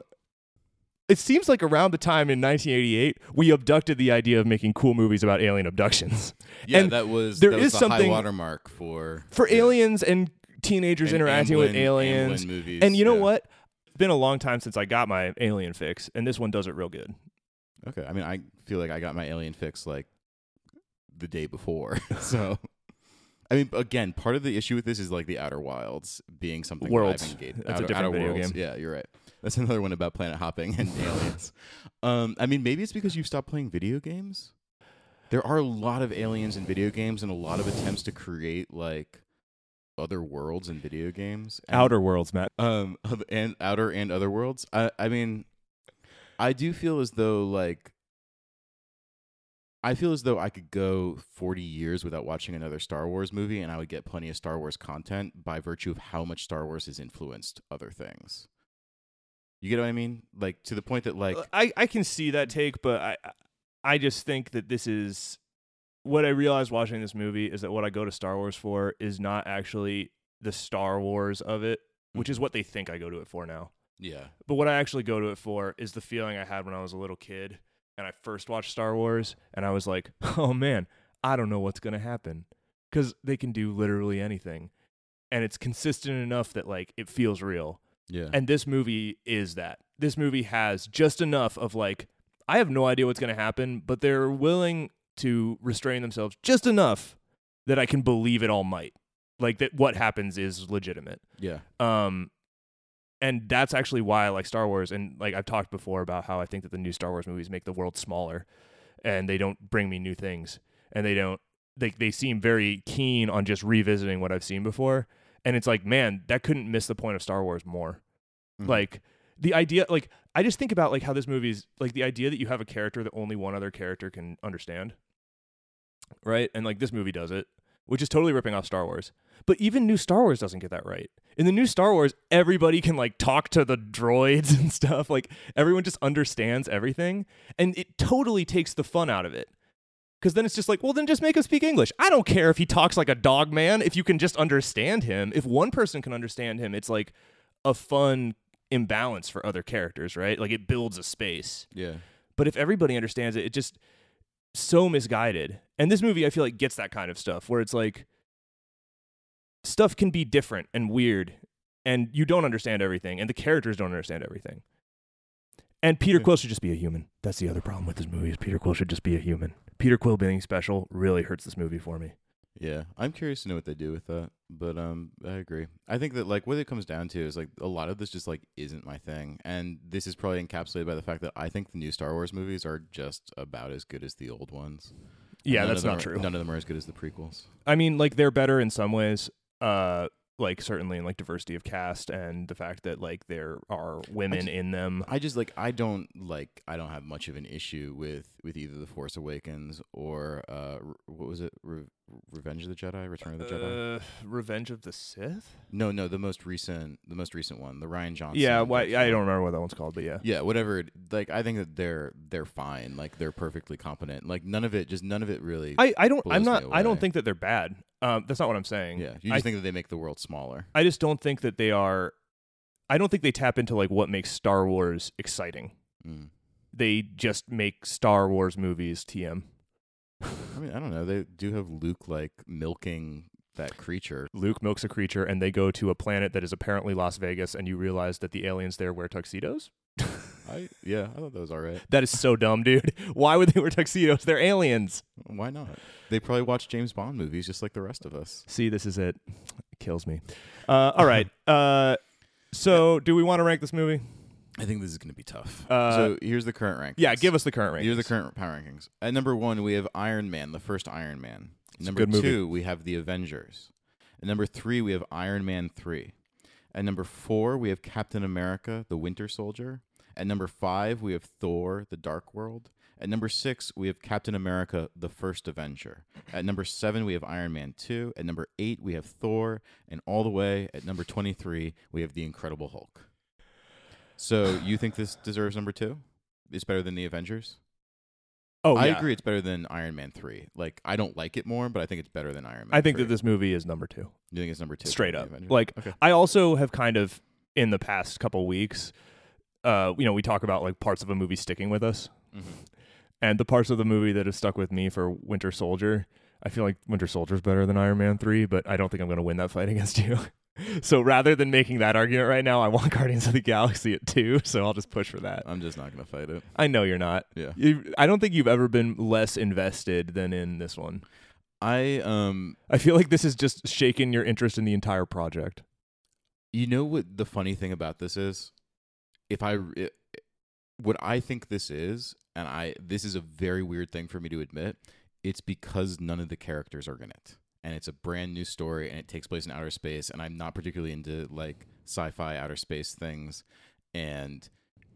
it seems like around the time in 1988 we abducted the idea of making cool movies about alien abductions.
yeah,
and
that was
there
that was
is
the high
something-
watermark for
for
yeah.
aliens and teenagers
And
interacting
Amblin-
with aliens.
Amblin movies,
and you know
yeah.
what? It's been a long time since I got my alien fix, and this one does it real good.
Okay, I mean, I feel like I got my alien fix like the day before. so, I mean, again, part of the issue with this is like the Outer Wilds being something
Worlds.
I've engaged.
That's a
Outer,
different
Outer
video
Worlds.
game.
Yeah, you're right. That's another one about planet hopping and aliens. Um, I mean, maybe it's because you've stopped playing video games. There are a lot of aliens in video games, and a lot of attempts to create like other worlds in video games. And
Outer Worlds, Matt.
um of- and outer and other worlds i i mean i do feel as though like i feel as though i could go 40 years without watching another star wars movie and i would get plenty of star wars content by virtue of how much star wars has influenced other things you get what i mean like to the point that like
Uh, I, I can see that take, but I I just think that this is what I realized watching this movie is that what I go to Star Wars for is not actually the Star Wars of it, which is what they think I go to it for now.
yeah
But what I actually go to it for is the feeling I had when I was a little kid and I first watched Star Wars and I was like, "Oh man, I don't know what's going to happen." Cuz they can do literally anything. And it's consistent enough that like it feels real.
yeah
And this movie is that. This movie has just enough of like, I have no idea what's going to happen, but they're willing to restrain themselves just enough that I can believe it all might. Like that what happens is legitimate.
yeah
Um, and that's actually why I like Star Wars. And like I've talked before about how I think that the new Star Wars movies make the world smaller, and they don't bring me new things, and they don't they they seem very keen on just revisiting what I've seen before. And it's like, man, that couldn't miss the point of Star Wars more.
Mhm.
Like the idea, like I just think about like how this movie's like the idea that you have a character that only one other character can understand, right? And like this movie does it, which is totally ripping off Star Wars. But even new Star Wars doesn't get that right. In the new Star Wars, everybody can like talk to the droids and stuff. Like everyone just understands everything, and it totally takes the fun out of it. Because then it's just like, well, then just make him speak English. I don't care if he talks like a dog man. If you can just understand him, if one person can understand him, it's like a fun imbalance for other characters, right? Like it builds a space
yeah
but if everybody understands it it just so misguided and this movie i feel like gets that kind of stuff where it's like stuff can be different and weird and you don't understand everything and the characters don't understand everything and peter
Yeah.
quill should just be a human that's the other problem with this movie is peter quill should just be a human peter quill being special really hurts this movie for me
Yeah, I'm curious to know what they do with that, but um, I agree. I think that like what it comes down to is like a lot of this just like isn't my thing, and this is probably encapsulated by the fact that I think the new Star Wars movies are just about as good as the old ones. And
yeah
none of
that's
them
not
are-
true
None of them are as good as the prequels.
I mean, like they're better in some ways. Uh, like certainly in like diversity of cast and the fact that like there are women
just-
in them.
I just like I don't like I don't have much of an issue with with either the Force Awakens or uh, re- what was it, re- Revenge of the Jedi, Return of the Jedi?
Uh, Revenge of the Sith.
No, no, the most recent, the most recent one, the Ryan Johnson.
Yeah, why,
Lucasfilm.
I don't remember what that one's called, but yeah.
yeah whatever it- like i think that they're they're fine like they're perfectly competent like none of it just none of it really
I, I don't. I'm not.
Blows me
I don't
away.
think that they're bad. Um, that's not what I'm saying.
yeah you
I,
just think that they make the world smaller
I just don't think that they are. I don't think they tap into like what makes Star Wars exciting.
Mm.
They just make Star Wars movies. Tm.
i mean i don't know they do have luke like milking that creature
Luke milks a creature, and they go to a planet that is apparently Las Vegas, and you realize that the aliens there wear tuxedos.
i yeah i thought that was all right
That is so dumb, dude. Why would they wear tuxedos? They're aliens.
why not they probably watch james bond movies just like the rest of us
See, this is it. It kills me. Uh, all right. Uh, so, do we want to rank this movie?
I think this is going to be tough.
Uh,
so here's the current rank.
Yeah, give us the current rank.
Here's the current power rankings. At number one, we have Iron Man, the first Iron Man.
a
number
good movie.
two, we have the Avengers. At number three, we have Iron Man three. At number four, we have Captain America, the Winter Soldier. At number five, we have Thor, the Dark World. At number six, we have Captain America, the First Avenger. At number seven, we have Iron Man 2. At number eight, we have Thor. And all the way at number 23, we have The Incredible Hulk. So you think this deserves number two? It's better than The Avengers?
Oh,
I
yeah.
agree it's better than Iron Man 3. Like I don't like it more, but I think it's better than Iron Man.
I think that
3.
this movie is number two.
you think it's number 2.
straight
than
up.
The Avengers?
Like
Okay.
I also have kind of in the past couple weeks, uh, you know, we talk about like parts of a movie sticking with us,
Mm-hmm.
and the parts of the movie that have stuck with me for Winter Soldier. I feel like Winter Soldier's better than Iron Man three, but I don't think I'm going to win that fight against you. so rather than making that argument right now, I want Guardians of the Galaxy at two. So I'll just push for that.
I'm just not going to fight it.
I know you're not.
Yeah.
You, I don't think you've ever been less invested than in this one.
I um
I feel like this has just shaken your interest in the entire project.
you know what the funny thing about this is? If I it, what I think this is and I this is a very weird thing for me to admit, it's because none of the characters are in it. And it's a brand new story and it takes place in outer space and I'm not particularly into like sci-fi outer space things and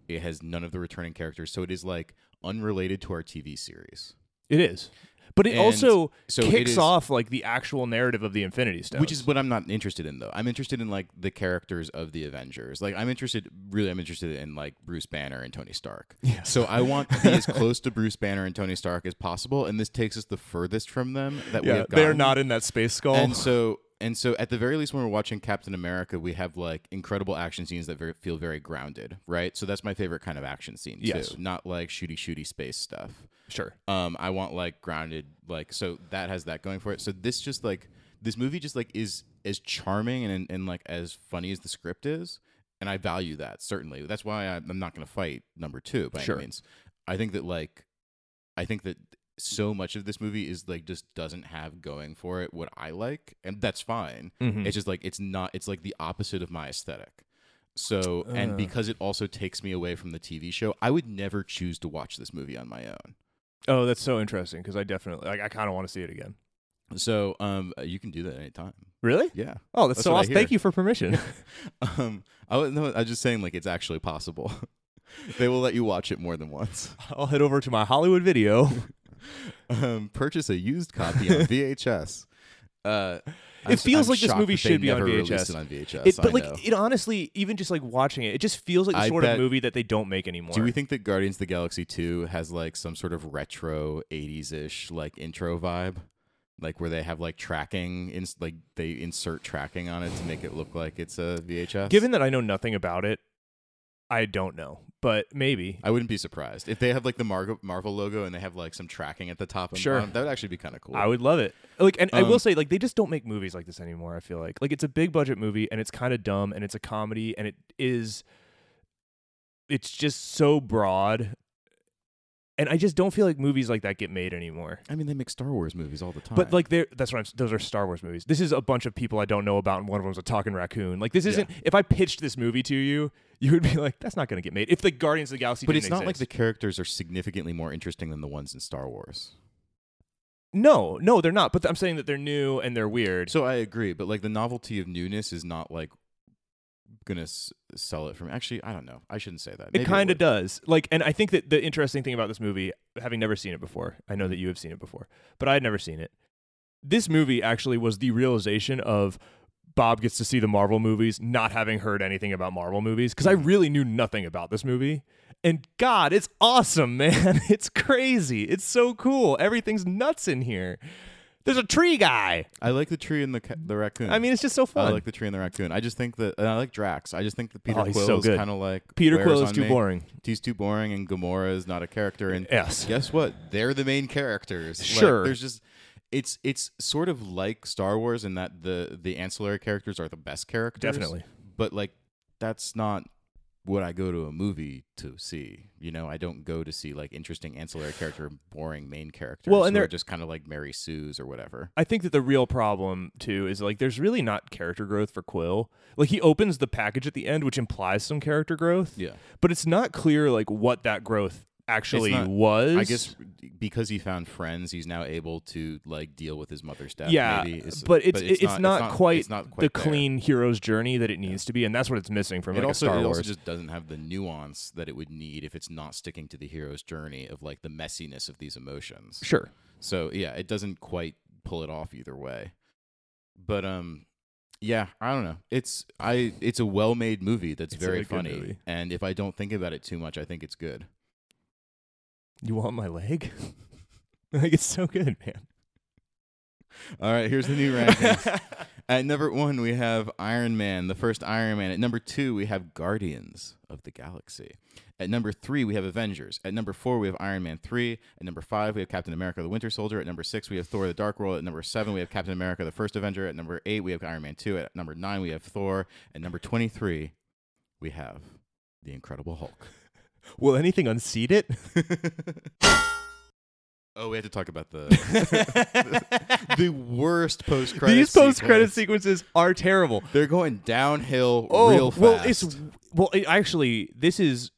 it has none of the returning characters, so it is like unrelated to our TV series.
It is. But it
And
also
so it
kicks
is-
off like the actual narrative of the Infinity Stones.
Which is what I'm not interested in, though. I'm interested in like the characters of the Avengers. Like I'm interested, really, I'm interested in like Bruce Banner and Tony Stark.
Yes.
So I want to be as close to Bruce Banner and Tony Stark as possible, and this takes us the furthest from them that we
yeah,
have.
they're
gotten.
not in that space skull.
And so, and so, at the very least, when we're watching Captain America, we have like incredible action scenes that very, feel very grounded, right? So that's my favorite kind of action scene too.
Yes.
Not like shooty shooty space stuff.
sure.
Um, I want like grounded, like so that has that going for it. So this just like this movie just like is as charming and and like as funny as the script is, and I value that certainly. That's why I- I'm not going to fight number two by
Sure.
any means. I think that like, I think that so much of this movie is like just doesn't have going for it what I like, and that's fine.
Hmm. Mm-hmm.
It's just like it's not. It's like the opposite of my aesthetic. So and because it also takes me away from the TV show, I would never choose to watch this movie on my own.
Oh, that's so interesting because I definitely like I kind of want to see it again.
So um, you can do that anytime.
Really?
Yeah.
Oh, that's,
That's
so
what I
awesome. Thank
hear.
you for permission.
Um, I was no, I was just saying like it's actually possible. they will let you watch it more than once.
I'll head over to my Hollywood video.
Um, purchase a used copy on VHS. Uh, I'm
It
s-
feels
I'm
like this
shocked
movie
that they
should be on
never released
VHS.
It on VHS.
It-
I
but like
know.
it honestly, even just like watching it, it just feels like the
I
sort of
bet-
movie that they don't make anymore.
do we think that Guardians of the Galaxy Two has like some sort of retro '80s ish like intro vibe, like where they have like tracking, ins- like they insert tracking on it to make it look like it's a VHS?
Given that I know nothing about it, I don't know, but maybe.
I wouldn't be surprised if they have like the Mar- Marvel logo and they have like some tracking at the top. And
Sure.
bottom, that would actually be kind of cool.
I would love it. Like, and I will
Um,
say, like, they just don't make movies like this anymore. I feel like, like, it's a big budget movie, and it's kind of dumb, and it's a comedy, and it is, it's just so broad, and I just don't feel like movies like that get made anymore.
I mean, they make Star Wars movies all the time.
But like, they're that's what I'm. s- Those are Star Wars movies. This is a bunch of people I don't know about, and one of them's a talking raccoon. Like, this
Yeah.
isn't. If I pitched this movie to you, you would be like, "That's not going to get made." If the Guardians of the Galaxy,
but
didn't
it's not like
exist.
the characters are significantly more interesting than the ones in Star Wars.
No, no, they're not. But I'm saying that they're new and they're weird.
So I agree, but like the novelty of newness is not like gonna s- sell it for me. Actually, I don't know. I shouldn't say that. Maybe
it kind of
would.
does. Like, and I think that the interesting thing about this movie, having never seen it before, I know that you have seen it before, but I had never seen it. This movie actually was the realization of Bob gets to see the Marvel movies, not having heard anything about Marvel movies, because I
Hmm.
really knew nothing about this movie. And God, it's awesome, man. It's crazy. It's so cool. Everything's nuts in here. There's a tree guy.
I like the tree and the ca- the raccoon.
I mean, it's just so
Hmm. I
fun.
like the tree and the raccoon. I just think that and I like Drax. I just think that Peter
Oh, he's so
Quill is
good.
kind of like
Peter
wears
Quill is
on
too
me.
boring.
He's too boring, and Gamora is not a character. And
Yes.
guess what? They're the main characters. Like,
Sure.
there's just it's it's sort of like Star Wars in that the the ancillary characters are the best characters.
Definitely.
But like that's not what I go to a movie to see. You know, I don't go to see like interesting ancillary character, and boring main characters.
Well, and
who are
there-
just kind of like Mary Sue's or whatever.
I think that the real problem too is like there's really not character growth for Quill. Like he opens the package at the end, which implies some character growth.
Yeah.
But it's not clear like what that growth actually
not-
was.
I guess because he found friends, he's now able to like deal with his mother's death.
Yeah,
maybe.
but it's, it's, not, quite
it's not quite
the
there.
clean hero's journey that it needs to be, and that's what it's missing from
It
like
also,
a Star
it
Wars.
also just doesn't have the nuance that it would need if it's not sticking to the hero's journey of like the messiness of these emotions.
sure.
So yeah, it doesn't quite pull it off either way. But um yeah, I don't know. It's I it's a well-made movie that's
It's a
very
good
funny.
movie.
And if I don't think about it too much, I think it's good.
You want my leg? like it's so good, man.
All right, here's the new rankings. At number 1, we have Iron Man, the first Iron Man. At number 2, we have Guardians of the Galaxy. At number 3, we have Avengers. At number 4, we have Iron Man 3. At number 5, we have Captain America the Winter Soldier. At number 6, we have Thor the Dark World. At number 7, we have Captain America the First Avenger. At number 8, we have Iron Man 2. At number 9, we have Thor. At number 23, we have The Incredible Hulk.
Will anything unseat it?
Oh, we have to talk about the the worst post credit.
These post credit sequences are terrible.
They're going downhill
Oh,
real fast.
well, it's well, it, actually, this is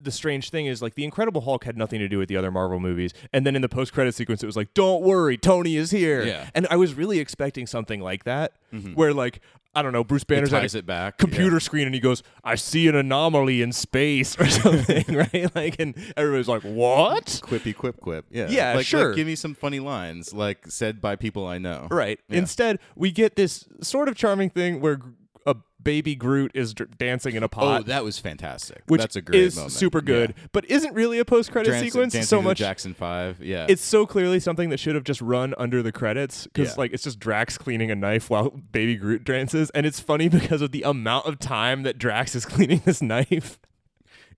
the strange thing is like the Incredible Hulk had nothing to do with the other Marvel movies, and then in the post credit sequence, it was like, "Don't worry, Tony is here."
Yeah.
and I was really expecting something like that, where like I don't know, Bruce Banner's at
ties
a
it back.
computer screen, and he goes, "I see an anomaly in space" or something, right? Like, and everybody's like, "What?"
Yeah. Quippy quip quip. Yeah.
Yeah,
Like- like,
sure.
give me some funny lines, like said by people I know.
Right.
Yeah.
Instead, we get this sort of charming thing where gr- a baby Groot is dr- dancing in a pot.
Oh, that was fantastic.
Uh, which
That's a great
is
moment.
super good, but isn't really a post credit
Dance-
sequence
Dancing
so
to the
much.
Jackson Five. Yeah.
It's so clearly something that should have just run under the credits because
Yeah.
like it's just Drax cleaning a knife while Baby Groot dances, and it's funny because of the amount of time that Drax is cleaning this knife.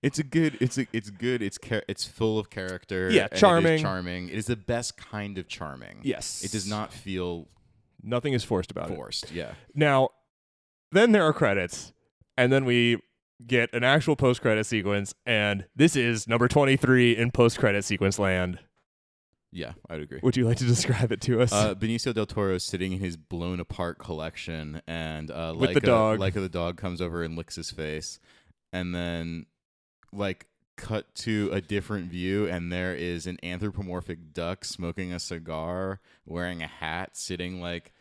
It's a good. It's a, it's good. It's char- it's full of character.
Yeah,
and it is
charming.
charming. It is the best kind of charming.
Yes.
It does not feel
Nothing is forced about it.
forced. Yeah.
Now, then there are credits, and then we get an actual post credit sequence, and this is number twenty three in post credit sequence land.
Yeah, I would agree.
Would you like to describe it to us?
Uh, Benicio del Toro is sitting in his blown apart collection, and uh,
With the
Leica-
dog.
Leica the dog comes over and licks his face, and then like cut to a different view, and there is an anthropomorphic duck smoking a cigar, wearing a hat, sitting like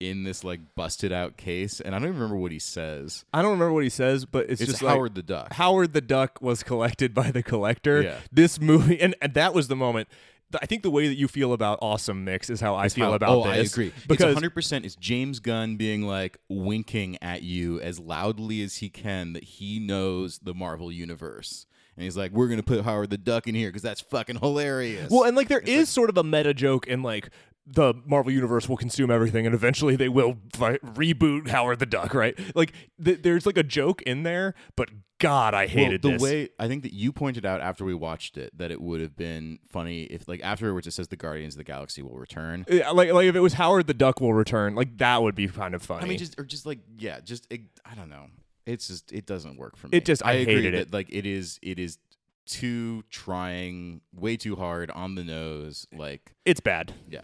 in this like busted out case, and I don't even remember what he says.
I don't remember what he says, but it's,
It's,
just like-
Howard the Duck.
Howard the Duck was collected by the collector.
Yeah.
This movie, and, and that was the moment. Th- I think the way that you feel about Awesome Mix is how I feel
How-
about
oh,
this.
I agree.
Because
it's 100% it's James Gunn being like winking at you as loudly as he can that he knows the Marvel universe. And he's like, "We're going to put Howard the Duck in here cuz that's fucking hilarious."
well, and like there is sort of a meta joke in like the Marvel universe will consume everything, and eventually they will fi- reboot Howard the Duck, right? Like th- there's like a joke in there, but God, I
Well,
hated
the
this.
way I think that you pointed out after we watched it that it would have been funny if like afterwards it says the Guardians of the Galaxy will return.
Yeah, like like if it was Howard the Duck will return, like that would be kind of funny.
I mean, just or just like yeah, just it, I don't know. It's just it doesn't work for me.
It just- I
agree
hated it.
that, Like it is it is too trying, way too hard on the nose. Like
it's bad.
yeah,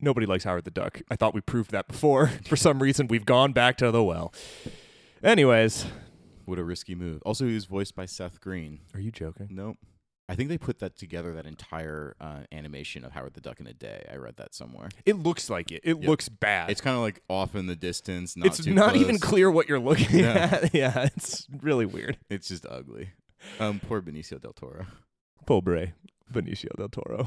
nobody likes Howard the Duck. I thought we proved that before. For some reason, we've gone back to the well. Anyways,
what a risky move. Also, he was voiced by Seth Green.
are you joking?
Nope. I think they put that together that entire uh, animation of Howard the Duck in a day. I read that somewhere.
It looks like it. It looks bad.
It's kind of like off in the distance. Not
It's
too
not
close.
even clear what you're looking
No.
at. Yeah, it's really weird.
It's just ugly. Um, poor Benicio del Toro.
Pobre Benicio del Toro.